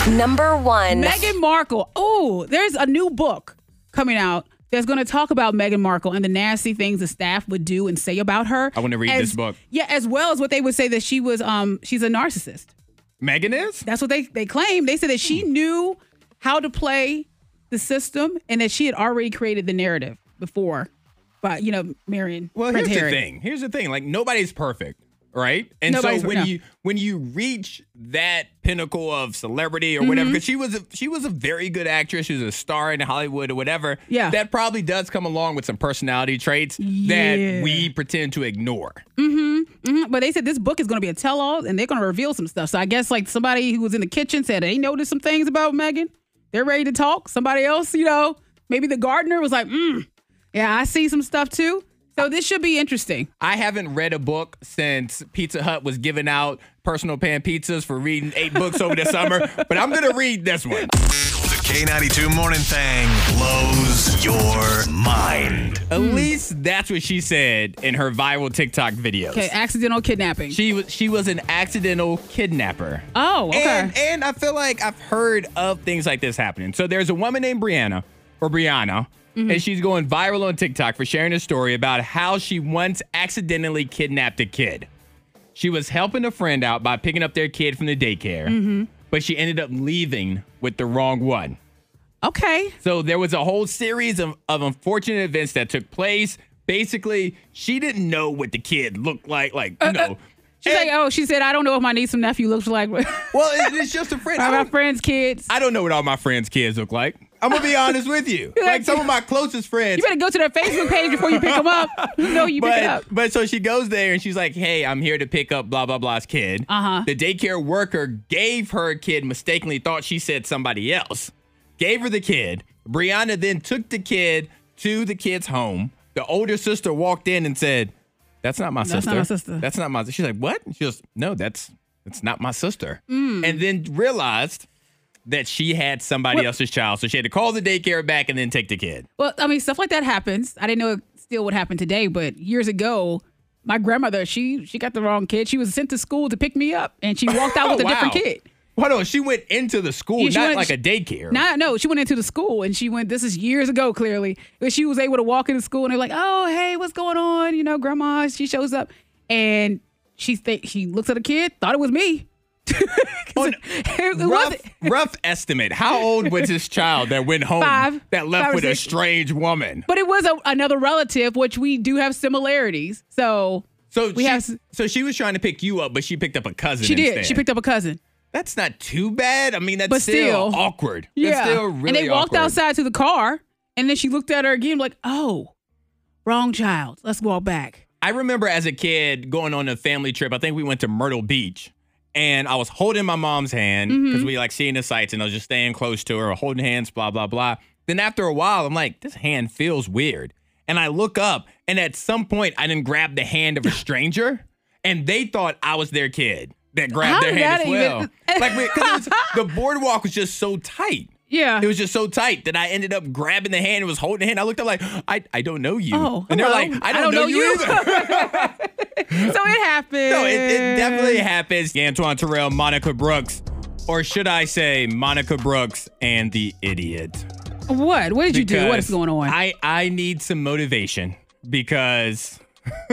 Speaker 1: Number one.
Speaker 5: Meghan Markle. Oh, there's a new book coming out that's going to talk about Meghan Markle and the nasty things the staff would do and say about her.
Speaker 4: I wanna read
Speaker 5: As-
Speaker 4: this book.
Speaker 5: Yeah, as well as what they would say that she was um she's a narcissist.
Speaker 4: Megan is?
Speaker 5: That's what they they claim. They said that she knew how to play the system, and that she had already created the narrative before. But you know, Marion.
Speaker 4: Well,
Speaker 5: Prince
Speaker 4: here's
Speaker 5: Harry.
Speaker 4: the thing. Here's the thing. Like nobody's perfect, right? And
Speaker 5: Nobody's-
Speaker 4: so when
Speaker 5: no.
Speaker 4: you when you reach that pinnacle of celebrity or
Speaker 5: Mm-hmm.
Speaker 4: whatever, because she was a, she was a very good actress. She was a star in Hollywood or whatever.
Speaker 5: Yeah.
Speaker 4: that probably does come along with some personality traits
Speaker 5: Yeah.
Speaker 4: that we pretend to ignore.
Speaker 5: Mhm, But they said this book is going to be a tell-all, and they're going to reveal some stuff. So I guess like somebody who was in the kitchen said they noticed some things about Megan. They're ready to talk. Somebody else, you know, maybe the gardener was like, mm, "Yeah, I see some stuff too." So this should be interesting.
Speaker 4: I haven't read a book since Pizza Hut was giving out personal pan pizzas for reading eight books over the summer, but I'm gonna read this one.
Speaker 6: The K92 Morning Thang blows your mind.
Speaker 4: At least that's what she said in her viral TikTok videos.
Speaker 5: Okay, accidental kidnapping.
Speaker 4: She was she was an accidental kidnapper.
Speaker 5: oh, okay.
Speaker 4: And and I feel like I've heard of things like this happening. So there's a woman named Brianna or Brianna,
Speaker 5: Mm-hmm.
Speaker 4: and she's going viral on TikTok for sharing a story about how she once accidentally kidnapped a kid. She was helping a friend out by picking up their kid from the daycare,
Speaker 5: Mm-hmm.
Speaker 4: but she ended up leaving with the wrong one.
Speaker 5: okay.
Speaker 4: So there was a whole series of, of unfortunate events that took place. Basically, she didn't know what the kid looked like. Like, you know.
Speaker 5: Uh, She's
Speaker 4: And-
Speaker 5: like, "Oh," she said, "I don't know if my niece and nephew looks like [laughs] my
Speaker 4: well, it- it's just a friend. I
Speaker 5: my
Speaker 4: don't,
Speaker 5: friends' kids."
Speaker 4: I don't know what all my friends' kids look like. I'm gonna be honest with you. Like some of my closest friends.
Speaker 5: you better go to their Facebook page before you pick them up. You know you pick it up.
Speaker 4: But but so she goes there and she's like, "Hey, I'm here to pick up blah blah blah's kid."
Speaker 5: Uh-huh.
Speaker 4: The daycare worker gave her kid mistakenly thought she said somebody else. Gave her the kid. Brianna then took the kid to the kid's home. The older sister walked in and said, "That's not my
Speaker 5: That's
Speaker 4: sister.
Speaker 5: not my sister.
Speaker 4: That's not my." She's like, "What?" She goes, "No, that's that's not my sister." And then realized that she had somebody
Speaker 5: Mm. What-
Speaker 4: else's child, so she had to call the daycare back and then take the kid.
Speaker 5: Well, I mean, stuff like that happens. I didn't know it still would happen today, but years ago, my grandmother she she got the wrong kid. She was sent to school to pick me up,
Speaker 4: [laughs]
Speaker 5: and she walked out with a
Speaker 4: Oh, Wow.
Speaker 5: different kid.
Speaker 4: Hold on, she went into the school,
Speaker 5: Yeah, she
Speaker 4: not
Speaker 5: went-
Speaker 4: like a daycare.
Speaker 5: No, no, she went into the school and she went. This is years ago, clearly. But she was able to walk into school and they're like, "Oh, hey, what's going on?" You know, grandma. She shows up and she think she looks at a kid, thought it was me. [laughs]
Speaker 4: On-
Speaker 5: it
Speaker 4: Oh, rough,
Speaker 5: wasn't.
Speaker 4: rough estimate. How old was
Speaker 5: [laughs]
Speaker 4: this child that went home
Speaker 5: Five.
Speaker 4: that left
Speaker 5: Five or
Speaker 4: with a
Speaker 5: six.
Speaker 4: strange woman?
Speaker 5: But it was a, another relative, which we do have similarities. So
Speaker 4: So
Speaker 5: We
Speaker 4: she,
Speaker 5: have s-
Speaker 4: so she was trying to pick you up, but she picked up a cousin.
Speaker 5: she did.
Speaker 4: Instead.
Speaker 5: She picked up a cousin.
Speaker 4: That's not too bad. I mean, that's
Speaker 5: But still.
Speaker 4: awkward. That's still really
Speaker 5: and they walked
Speaker 4: awkward.
Speaker 5: outside to the car, and then she looked at her again, like, oh, wrong child. Let's walk back.
Speaker 4: I remember as a kid going on a family trip. I think we went to Myrtle Beach, and I was holding my mom's hand because we like seeing the sights, and I was just staying close to her, holding hands, blah blah blah. Then after a while, I'm like, this hand feels weird, and I look up, and at some point, I didn't grab the hand of a stranger, and they thought I was their kid that grabbed
Speaker 5: How
Speaker 4: their
Speaker 5: did
Speaker 4: hand
Speaker 5: that
Speaker 4: as well.
Speaker 5: even-
Speaker 4: like because the boardwalk was just so tight.
Speaker 5: Yeah.
Speaker 4: It was just so tight that I ended up grabbing the hand and was holding the hand. I looked up like, I, I don't know you.
Speaker 5: Oh,
Speaker 4: and they're
Speaker 5: hello.
Speaker 4: like, I don't, know, you either.
Speaker 5: [laughs] so
Speaker 4: [laughs]
Speaker 5: it happened.
Speaker 4: No, it, it definitely
Speaker 5: Eh.
Speaker 4: happens. Antoine Terrell, Monica Brooks, or should I say Monica Brooks and the idiot?
Speaker 5: What? What did you do? What
Speaker 4: Because
Speaker 5: is going on?
Speaker 4: I, I need some motivation because [laughs]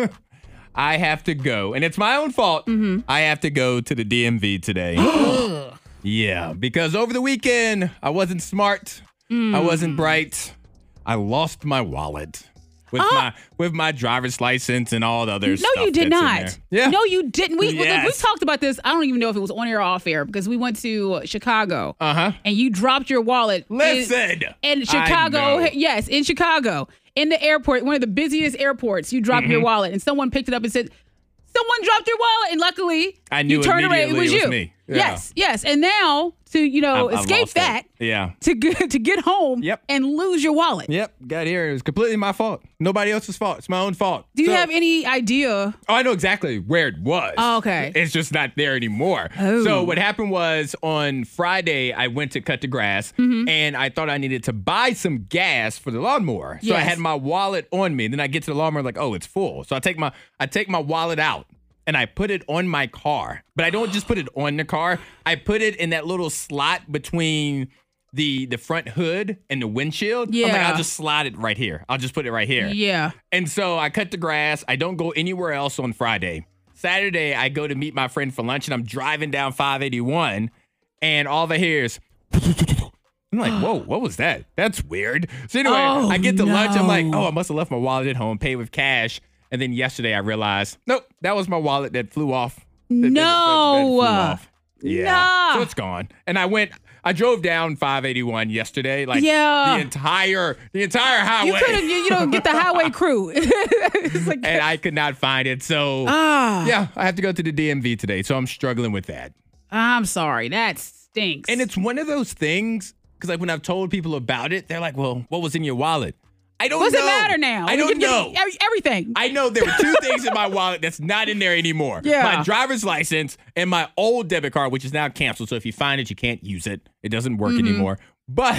Speaker 4: I have to go, and it's my own fault.
Speaker 5: Mm-hmm.
Speaker 4: I have to go to the DMV
Speaker 5: [gasps]
Speaker 4: today. yeah, because over the weekend, I wasn't smart.
Speaker 5: Mm.
Speaker 4: I wasn't bright. I lost my wallet. With my with my driver's license and all the other
Speaker 5: Oh. no,
Speaker 4: stuff.
Speaker 5: you did
Speaker 4: that's in
Speaker 5: not.
Speaker 4: there. Yeah.
Speaker 5: No, you didn't. We, we, we
Speaker 4: Yes.
Speaker 5: talked about this. I don't even know if it was on air or off air because we went to Chicago
Speaker 4: Uh huh.
Speaker 5: and you dropped your wallet. in-
Speaker 4: Listen. I
Speaker 5: in Chicago.
Speaker 4: know.
Speaker 5: Yes, in Chicago, in the airport, one of the busiest airports, you dropped
Speaker 4: Mm-hmm.
Speaker 5: your wallet, and someone picked it up and said, "Someone dropped your wallet." And luckily,
Speaker 4: I knew
Speaker 5: you turned away. It
Speaker 4: immediately
Speaker 5: was
Speaker 4: it was
Speaker 5: you.
Speaker 4: me. Yeah.
Speaker 5: Yes, yes. And now to you know
Speaker 4: I- I
Speaker 5: escape
Speaker 4: lost it.
Speaker 5: that
Speaker 4: Yeah.
Speaker 5: to get, [laughs] to get home
Speaker 4: Yep.
Speaker 5: and lose your wallet.
Speaker 4: Yep, got here. It was completely my fault. Nobody else's fault. It's my own fault.
Speaker 5: Do you
Speaker 4: So-
Speaker 5: have any idea?
Speaker 4: Oh, I know exactly where it was.
Speaker 5: Oh, okay.
Speaker 4: It's just not there anymore.
Speaker 5: Oh.
Speaker 4: So what happened was on Friday, I went to cut the grass,
Speaker 5: Mm-hmm.
Speaker 4: and I thought I needed to buy some gas for the lawnmower. So I
Speaker 5: Yes.
Speaker 4: had my wallet on me. Then I get to the lawnmower, like, oh, it's full. So I take my I take my wallet out. And I put it on my car, but I don't just put it on the car. I put it in that little slot between the the front hood and the windshield. I'm like,
Speaker 5: Yeah.
Speaker 4: I'll just slide it right here. I'll just put it right here.
Speaker 5: Yeah.
Speaker 4: And so I cut the grass. I don't go anywhere else on Friday. Saturday, I go to meet my friend for lunch, and [laughs] I'm driving down 581, and all I hear is I'm
Speaker 5: [gasps]
Speaker 4: like, whoa, what was that? That's weird. So anyway,
Speaker 5: Oh,
Speaker 4: I get to lunch. I'm like,
Speaker 5: no.
Speaker 4: oh, I must have left my wallet at home, paid with cash. And then yesterday I realized, nope, that was my wallet that flew off. That- that- that- that flew
Speaker 5: No.
Speaker 4: off. Yeah.
Speaker 5: Nah.
Speaker 4: So it's gone. And I went, I drove down 581 yesterday. Like
Speaker 5: Yeah.
Speaker 4: the entire, the entire highway.
Speaker 5: You could have, you, you know, get
Speaker 4: [laughs]
Speaker 5: the highway crew. [laughs] it's like,
Speaker 4: and I could not find it. So
Speaker 5: ah,
Speaker 4: yeah, I have to go to the DMV today. So I'm struggling with that.
Speaker 5: I'm sorry. That stinks.
Speaker 4: And it's one of those things because like when I've told people about it, they're like, "Well, what was in your wallet?" I don't.
Speaker 5: what's
Speaker 4: know.
Speaker 5: the matter now?
Speaker 4: I
Speaker 5: We
Speaker 4: don't
Speaker 5: can get
Speaker 4: know.
Speaker 5: every- everything.
Speaker 4: I know there were two things in my wallet that's not in there anymore.
Speaker 5: Yeah.
Speaker 4: My driver's license and my old debit card, which is now canceled. So if you find it, you can't use it. It doesn't work
Speaker 5: Mm-hmm.
Speaker 4: anymore.
Speaker 5: [laughs]
Speaker 4: But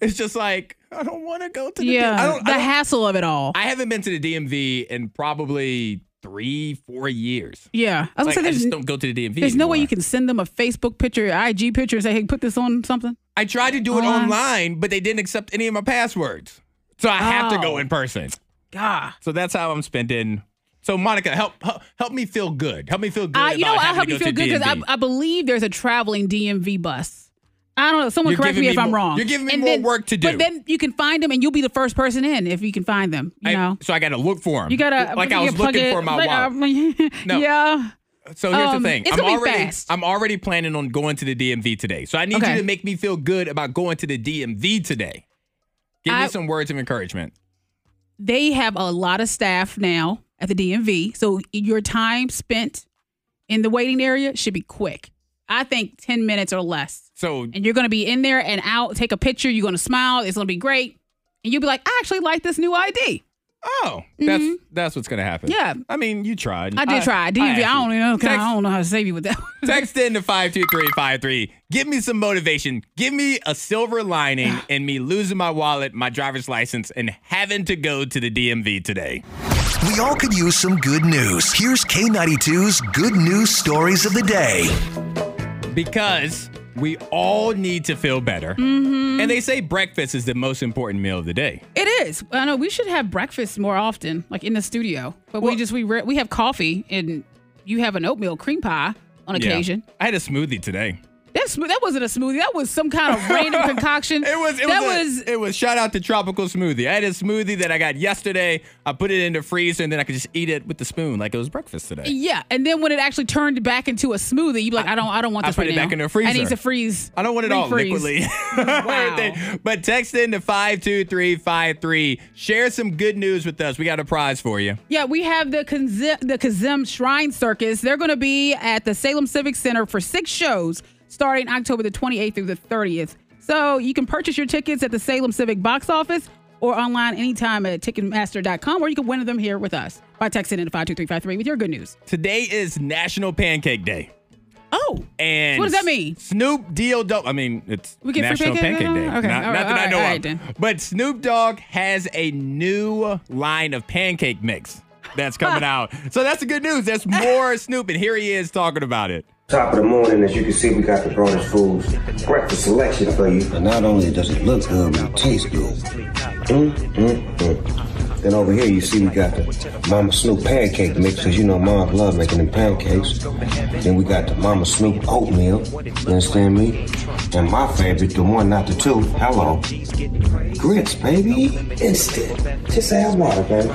Speaker 4: it's just like I don't want to go to the.
Speaker 5: yeah,
Speaker 4: I don't,
Speaker 5: the
Speaker 4: I, don't-
Speaker 5: hassle of it all.
Speaker 4: I haven't been to the DMV in probably three, four years.
Speaker 5: yeah, I was
Speaker 4: Like,
Speaker 5: gonna
Speaker 4: I
Speaker 5: say
Speaker 4: just
Speaker 5: there's,
Speaker 4: don't go to the DMV.
Speaker 5: there's no way
Speaker 4: anymore.
Speaker 5: you can send them a Facebook picture, IG picture, and say, "Hey, put this on something."
Speaker 4: I tried to do it
Speaker 5: Online.
Speaker 4: online, but they didn't accept any of my passwords. So I have to
Speaker 5: Oh.
Speaker 4: go in person.
Speaker 5: God,
Speaker 4: So that's how I'm spending. So Monica, help help, help me feel good. Help me feel good.
Speaker 5: I, Uh, you know,
Speaker 4: about
Speaker 5: I
Speaker 4: having
Speaker 5: hope
Speaker 4: to
Speaker 5: you
Speaker 4: go
Speaker 5: feel
Speaker 4: to
Speaker 5: good because I,
Speaker 4: DMV.
Speaker 5: I believe there's a traveling DMV bus. I don't know. Someone
Speaker 4: You're
Speaker 5: correct
Speaker 4: giving
Speaker 5: me if
Speaker 4: me
Speaker 5: I'm
Speaker 4: more-
Speaker 5: wrong.
Speaker 4: you're giving me more work to do.
Speaker 5: But then you can find them, and you'll be the first person in if you can find them. You
Speaker 4: I-
Speaker 5: know,
Speaker 4: so I got to look for them.
Speaker 5: you gotta
Speaker 4: like I
Speaker 5: you
Speaker 4: was
Speaker 5: plug
Speaker 4: looking
Speaker 5: it-
Speaker 4: for my
Speaker 5: like, [laughs]
Speaker 4: wallet.
Speaker 5: uh,
Speaker 4: No.
Speaker 5: Yeah.
Speaker 4: so here's
Speaker 5: um,
Speaker 4: the thing.
Speaker 5: it's
Speaker 4: I'm
Speaker 5: gonna be
Speaker 4: already
Speaker 5: fast.
Speaker 4: I'm already planning on going to the DMV today. So I need
Speaker 5: Okay.
Speaker 4: you to make me feel good about going to the DMV today. Give
Speaker 5: I-
Speaker 4: me some words of encouragement.
Speaker 5: they have a lot of staff now at the DMV. So your time spent in the waiting area should be quick. I think 10 minutes or less.
Speaker 4: So
Speaker 5: And you're going to be in there and out, take a picture. You're going to smile. It's going to be great. And you'll be like, I actually like this new ID.
Speaker 4: oh, that's that's what's gonna happen.
Speaker 5: Mm-hmm. Yeah.
Speaker 4: I mean, you tried. Uh,
Speaker 5: I did try. DMV, I,
Speaker 4: actually-
Speaker 5: don't even know.
Speaker 4: Text-
Speaker 5: I don't know how to save you with that. one.
Speaker 4: Text in to 52353. Give me some motivation. Give me a silver
Speaker 5: [sighs]
Speaker 4: lining in me losing my wallet, my driver's license, and having to go to the DMV today.
Speaker 6: We all could use some good news. Here's K92's good news stories of the day.
Speaker 4: Because we all need to feel better.
Speaker 5: Mm-hmm.
Speaker 4: And they say breakfast is the most important meal of the day.
Speaker 5: [laughs] it is. I know we should have breakfast more often, like in the studio. But we
Speaker 4: Well-
Speaker 5: just we re- we have coffee and you have an oatmeal cream pie on
Speaker 4: Yeah.
Speaker 5: occasion.
Speaker 4: I had a smoothie today.
Speaker 5: That's that wasn't a smoothie. That was some kind
Speaker 4: [laughs]
Speaker 5: of random concoction.
Speaker 4: It was it
Speaker 5: that
Speaker 4: was,
Speaker 5: was,
Speaker 4: a- it was shout out to Tropical Smoothie. I had a smoothie that I got yesterday. I put it in the freezer and then I could just eat it with the spoon like it was breakfast today.
Speaker 5: yeah. And then when it actually turned back into a smoothie, you be like, I don't, I don't want
Speaker 4: I
Speaker 5: this
Speaker 4: put
Speaker 5: right
Speaker 4: it
Speaker 5: now.
Speaker 4: back in the freezer.
Speaker 5: I need to freeze.
Speaker 4: I don't want it all
Speaker 5: refreeze.
Speaker 4: [laughs] liquidly. Everything. But text in to 52353. Share some good news with us. We got a prize for you.
Speaker 5: Yeah, we have the Kazim, the Kazim Shrine Circus. They're going to be at the Salem Civic Center for six shows starting October the 28th through the 30th. So you can purchase your tickets at the Salem Civic box office or online anytime at Ticketmaster.com, or you can win them here with us by texting in to 52353 with your good news.
Speaker 4: Today is National Pancake Day.
Speaker 5: Oh,
Speaker 4: And
Speaker 5: What does that mean?
Speaker 4: Snoop Deal Dog. I mean, it's
Speaker 5: We get free
Speaker 4: National
Speaker 5: pancake
Speaker 4: Pancake,
Speaker 5: now?
Speaker 4: Day.
Speaker 5: Okay,
Speaker 4: Not,
Speaker 5: all
Speaker 4: not
Speaker 5: right,
Speaker 4: that I
Speaker 5: all
Speaker 4: know of.
Speaker 5: right, all right then.
Speaker 4: But Snoop Dogg has a new line of pancake mix
Speaker 5: [laughs]
Speaker 4: that's coming out. So that's the good news. There's more Snoop, and here he is talking about it.
Speaker 7: Top of the morning, as you can see, we got the brightest foods. Breakfast selection for you.
Speaker 8: And not only does it look good, but it tastes good.
Speaker 7: Mm, mm, mm. Then over here, you see we got the Mama Snoop pancake mix, because you know moms love making them pancakes. Then we got the Mama Snoop oatmeal, you understand me? And my favorite, the one, not the two, hello. Grits, baby, instant. Just add water, baby.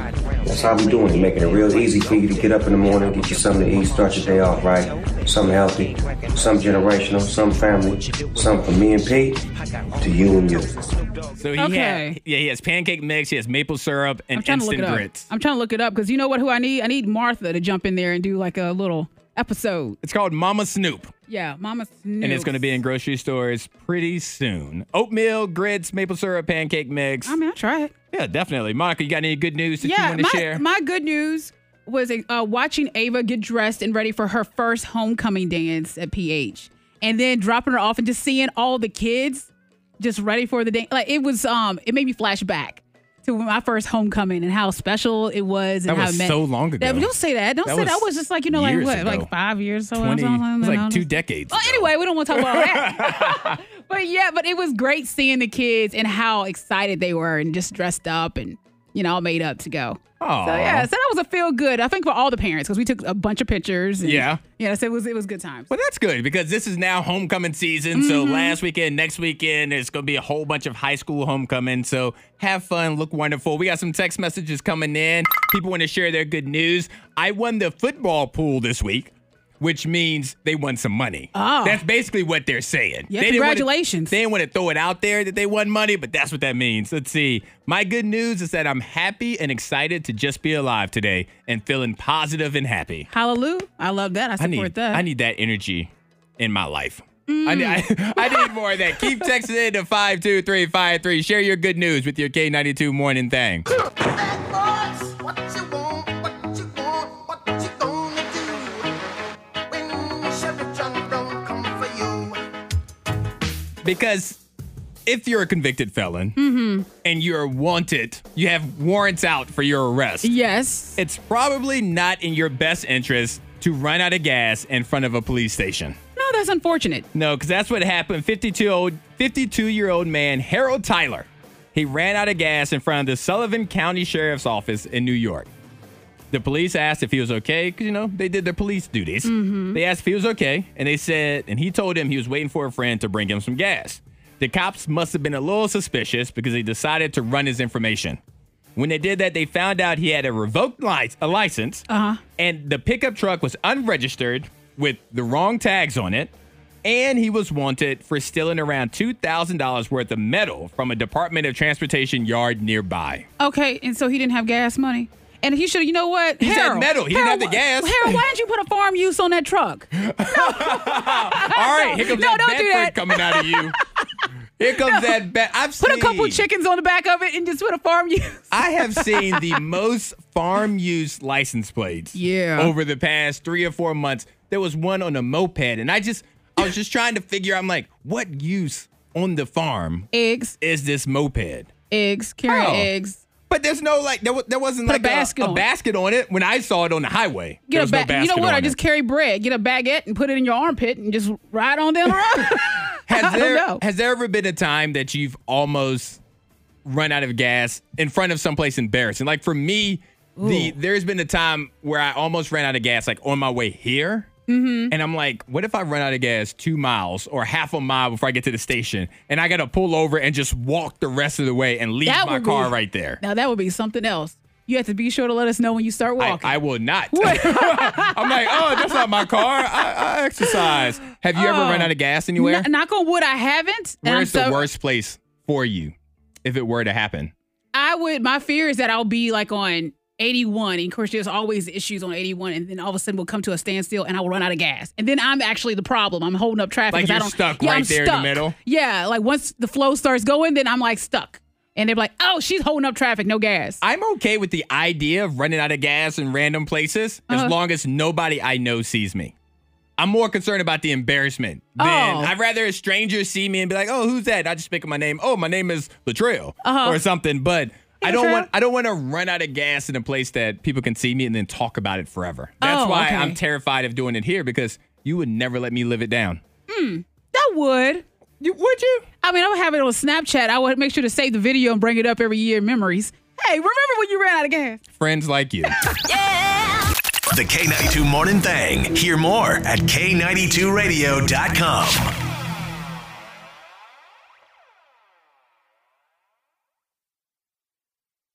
Speaker 7: That's how we doing it, making it real easy for you to get up in the morning, get you something to eat, start your day off right. Some healthy, some generational, some family, some for me and P, to you and you.
Speaker 4: So he
Speaker 5: Okay.
Speaker 4: had, yeah, he has pancake mix, he has maple syrup,
Speaker 5: I'm
Speaker 4: and
Speaker 5: trying to look
Speaker 4: instant
Speaker 5: it up.
Speaker 4: grits.
Speaker 5: I'm trying to look it up because you know what? Who I need? I need Martha to jump in there and do like a little episode.
Speaker 4: It's called Mama Snoop.
Speaker 5: Yeah, Mama Snoop.
Speaker 4: and it's going to be in grocery stores pretty soon. Oatmeal, grits, maple syrup, pancake mix.
Speaker 5: I mean, I'll try it.
Speaker 4: yeah, definitely. Monica, you got any good news that you
Speaker 5: yeah,
Speaker 4: want to
Speaker 5: my,
Speaker 4: share?
Speaker 5: my good news was uh, watching Ava get dressed and ready for her first homecoming dance at PH, and then dropping her off and just seeing all the kids just ready for the dance. Like it was, um, it made me flash back to my first homecoming and how special it was. And
Speaker 4: That
Speaker 5: how
Speaker 4: was
Speaker 5: it meant-
Speaker 4: so long ago.
Speaker 5: That- don't say that. Don't
Speaker 4: That
Speaker 5: say that.
Speaker 4: was
Speaker 5: was just like you know, like
Speaker 4: years
Speaker 5: what,
Speaker 4: ago.
Speaker 5: like five years. So
Speaker 4: 20,
Speaker 5: something,
Speaker 4: it was
Speaker 5: and
Speaker 4: like two
Speaker 5: all-
Speaker 4: decades.
Speaker 5: well,
Speaker 4: ago.
Speaker 5: anyway, we don't want to talk about all that. [laughs] but yeah, but it was great seeing the kids and how excited they were and just dressed up and you know, all made up to go.
Speaker 4: Aw.
Speaker 5: So yeah, so that was a feel good. I think for all the parents because we took a bunch of pictures. and-
Speaker 4: Yeah.
Speaker 5: yeah. So it was it was good times.
Speaker 4: Well, that's good because this is now homecoming season. So
Speaker 5: Mm-hmm.
Speaker 4: last weekend, next weekend, it's going to be a whole bunch of high school homecoming. So have fun, look wonderful. We got some text messages coming in. People want to share their good news. I won the football pool this week. Which means they won some money.
Speaker 5: Oh.
Speaker 4: That's basically what they're saying.
Speaker 5: Yeah,
Speaker 4: They didn't wanna-
Speaker 5: congratulations.
Speaker 4: they didn't want to throw it out there that they won money, but that's what that means. Let's see. My good news is that I'm happy and excited to just be alive today and feeling positive and happy.
Speaker 5: Hallelujah! I love that. I
Speaker 4: I
Speaker 5: support
Speaker 4: need
Speaker 5: that.
Speaker 4: I need that energy in my life. I, need,
Speaker 5: Mm.
Speaker 4: I, I need more of that. Keep texting in to five two three five three. Share your good news with your K ninety two morning thing. Because if you're a convicted felon
Speaker 5: Mm-hmm.
Speaker 4: and you're wanted, you have warrants out for your arrest.
Speaker 5: yes.
Speaker 4: It's probably not in your best interest to run out of gas in front of a police station.
Speaker 5: No, that's unfortunate.
Speaker 4: No, because that's what happened. 52 old, 52 year old man Harold Tyler, he ran out of gas in front of the Sullivan County Sheriff's Office in New York. The police asked if he was okay because you know they did their police duties. They asked if he was okay, and they said, and he told him he was waiting for a friend to bring him some gas. The cops must have been a little suspicious because they decided to run his information. When they did that, they found out he had a revoked li- a license, uh-huh. and the pickup truck was unregistered with the wrong tags on it, and he was wanted for stealing around two thousand dollars worth of metal from a Department of Transportation yard nearby.
Speaker 5: Okay, and so he didn't have gas money. And he should, you know what?
Speaker 4: He said
Speaker 5: Harold,
Speaker 4: metal. He didn't have the
Speaker 5: wh-
Speaker 4: gas.
Speaker 5: Harold, why didn't you put a farm use on that truck?
Speaker 4: All right, here comes
Speaker 5: [laughs] No,
Speaker 4: that
Speaker 5: don't do
Speaker 4: Bedford
Speaker 5: that.
Speaker 4: coming out of you. Here comes that bet. I've
Speaker 5: Put
Speaker 4: seen
Speaker 5: a couple chickens on the back of it and just put a farm use. [laughs]
Speaker 4: I have seen the most farm use license plates.
Speaker 5: Yeah.
Speaker 4: Over the past three or four months, there was one on a moped, and I just, I was just trying to figure. I'm like, what use on the farm
Speaker 5: Eggs,
Speaker 4: is this moped?
Speaker 5: eggs, carry
Speaker 4: Oh.
Speaker 5: eggs.
Speaker 4: But there's no like, there, wa- there wasn't
Speaker 5: Put a
Speaker 4: like
Speaker 5: basket on it.
Speaker 4: basket on it when I saw it on the highway. there
Speaker 5: Get a
Speaker 4: was no
Speaker 5: bag. you know
Speaker 4: basket
Speaker 5: what?
Speaker 4: on
Speaker 5: I
Speaker 4: it.
Speaker 5: just carry bread. Get a baguette and put it in your armpit and just ride on down
Speaker 4: [laughs]
Speaker 5: the road.
Speaker 4: Has
Speaker 5: [laughs] I don't
Speaker 4: there
Speaker 5: know.
Speaker 4: has there ever been a time that you've almost run out of gas in front of someplace embarrassing? Like for me, the there's been a time where I almost ran out of gas, like on my way here.
Speaker 5: Mm-hmm.
Speaker 4: And I'm like, what if I run out of gas two miles or half a mile before I get to the station, and I gotta pull over and just walk the rest of the way and leave
Speaker 5: That
Speaker 4: my
Speaker 5: would
Speaker 4: car
Speaker 5: be-
Speaker 4: right there?
Speaker 5: now that would be something else. You have to be sure to let us know when you start
Speaker 4: I,
Speaker 5: walking.
Speaker 4: I will not. [laughs] I'm like, oh, that's not my car. I, I exercise. Have you ever
Speaker 5: Oh.
Speaker 4: run out of gas anywhere?
Speaker 5: Kn- knock on wood, I haven't. And I'm
Speaker 4: Where's the
Speaker 5: so-
Speaker 4: worst place for you if it were to happen?
Speaker 5: I would. My fear is that I'll be like on 81, and of course, there's always issues on 81, and then all of a sudden we'll come to a standstill, and I will run out of gas, and then I'm actually the problem. I'm holding up traffic.
Speaker 4: Like
Speaker 5: 'cause I
Speaker 4: you're
Speaker 5: don't,
Speaker 4: stuck
Speaker 5: yeah,
Speaker 4: right
Speaker 5: I'm
Speaker 4: there in the
Speaker 5: stuck.
Speaker 4: middle?
Speaker 5: Yeah, like once the flow starts going, then I'm like stuck, and they're like, "Oh, she's holding up traffic, no gas."
Speaker 4: I'm okay with the idea of running out of gas in random places as long as nobody I know sees me. I'm more concerned about the embarrassment. Than
Speaker 5: Oh.
Speaker 4: I'd rather a stranger see me and be like, "Oh, who's that?" I just pick up my name. Oh, my name is Latrell or something. But I don't
Speaker 5: Latrell.
Speaker 4: want I don't want to run out of gas in a place that people can see me and then talk about it forever. That's
Speaker 5: Oh,
Speaker 4: why
Speaker 5: okay.
Speaker 4: I'm terrified of doing it here because you would never let me live it down.
Speaker 5: that would.
Speaker 4: You, would you?
Speaker 5: I mean, I would have it on Snapchat. I would make sure to save the video and bring it up every year in memories. Hey, remember when you ran out of gas?
Speaker 4: Friends like you.
Speaker 6: The K92 Morning Thing. Hear more at K92Radio.com.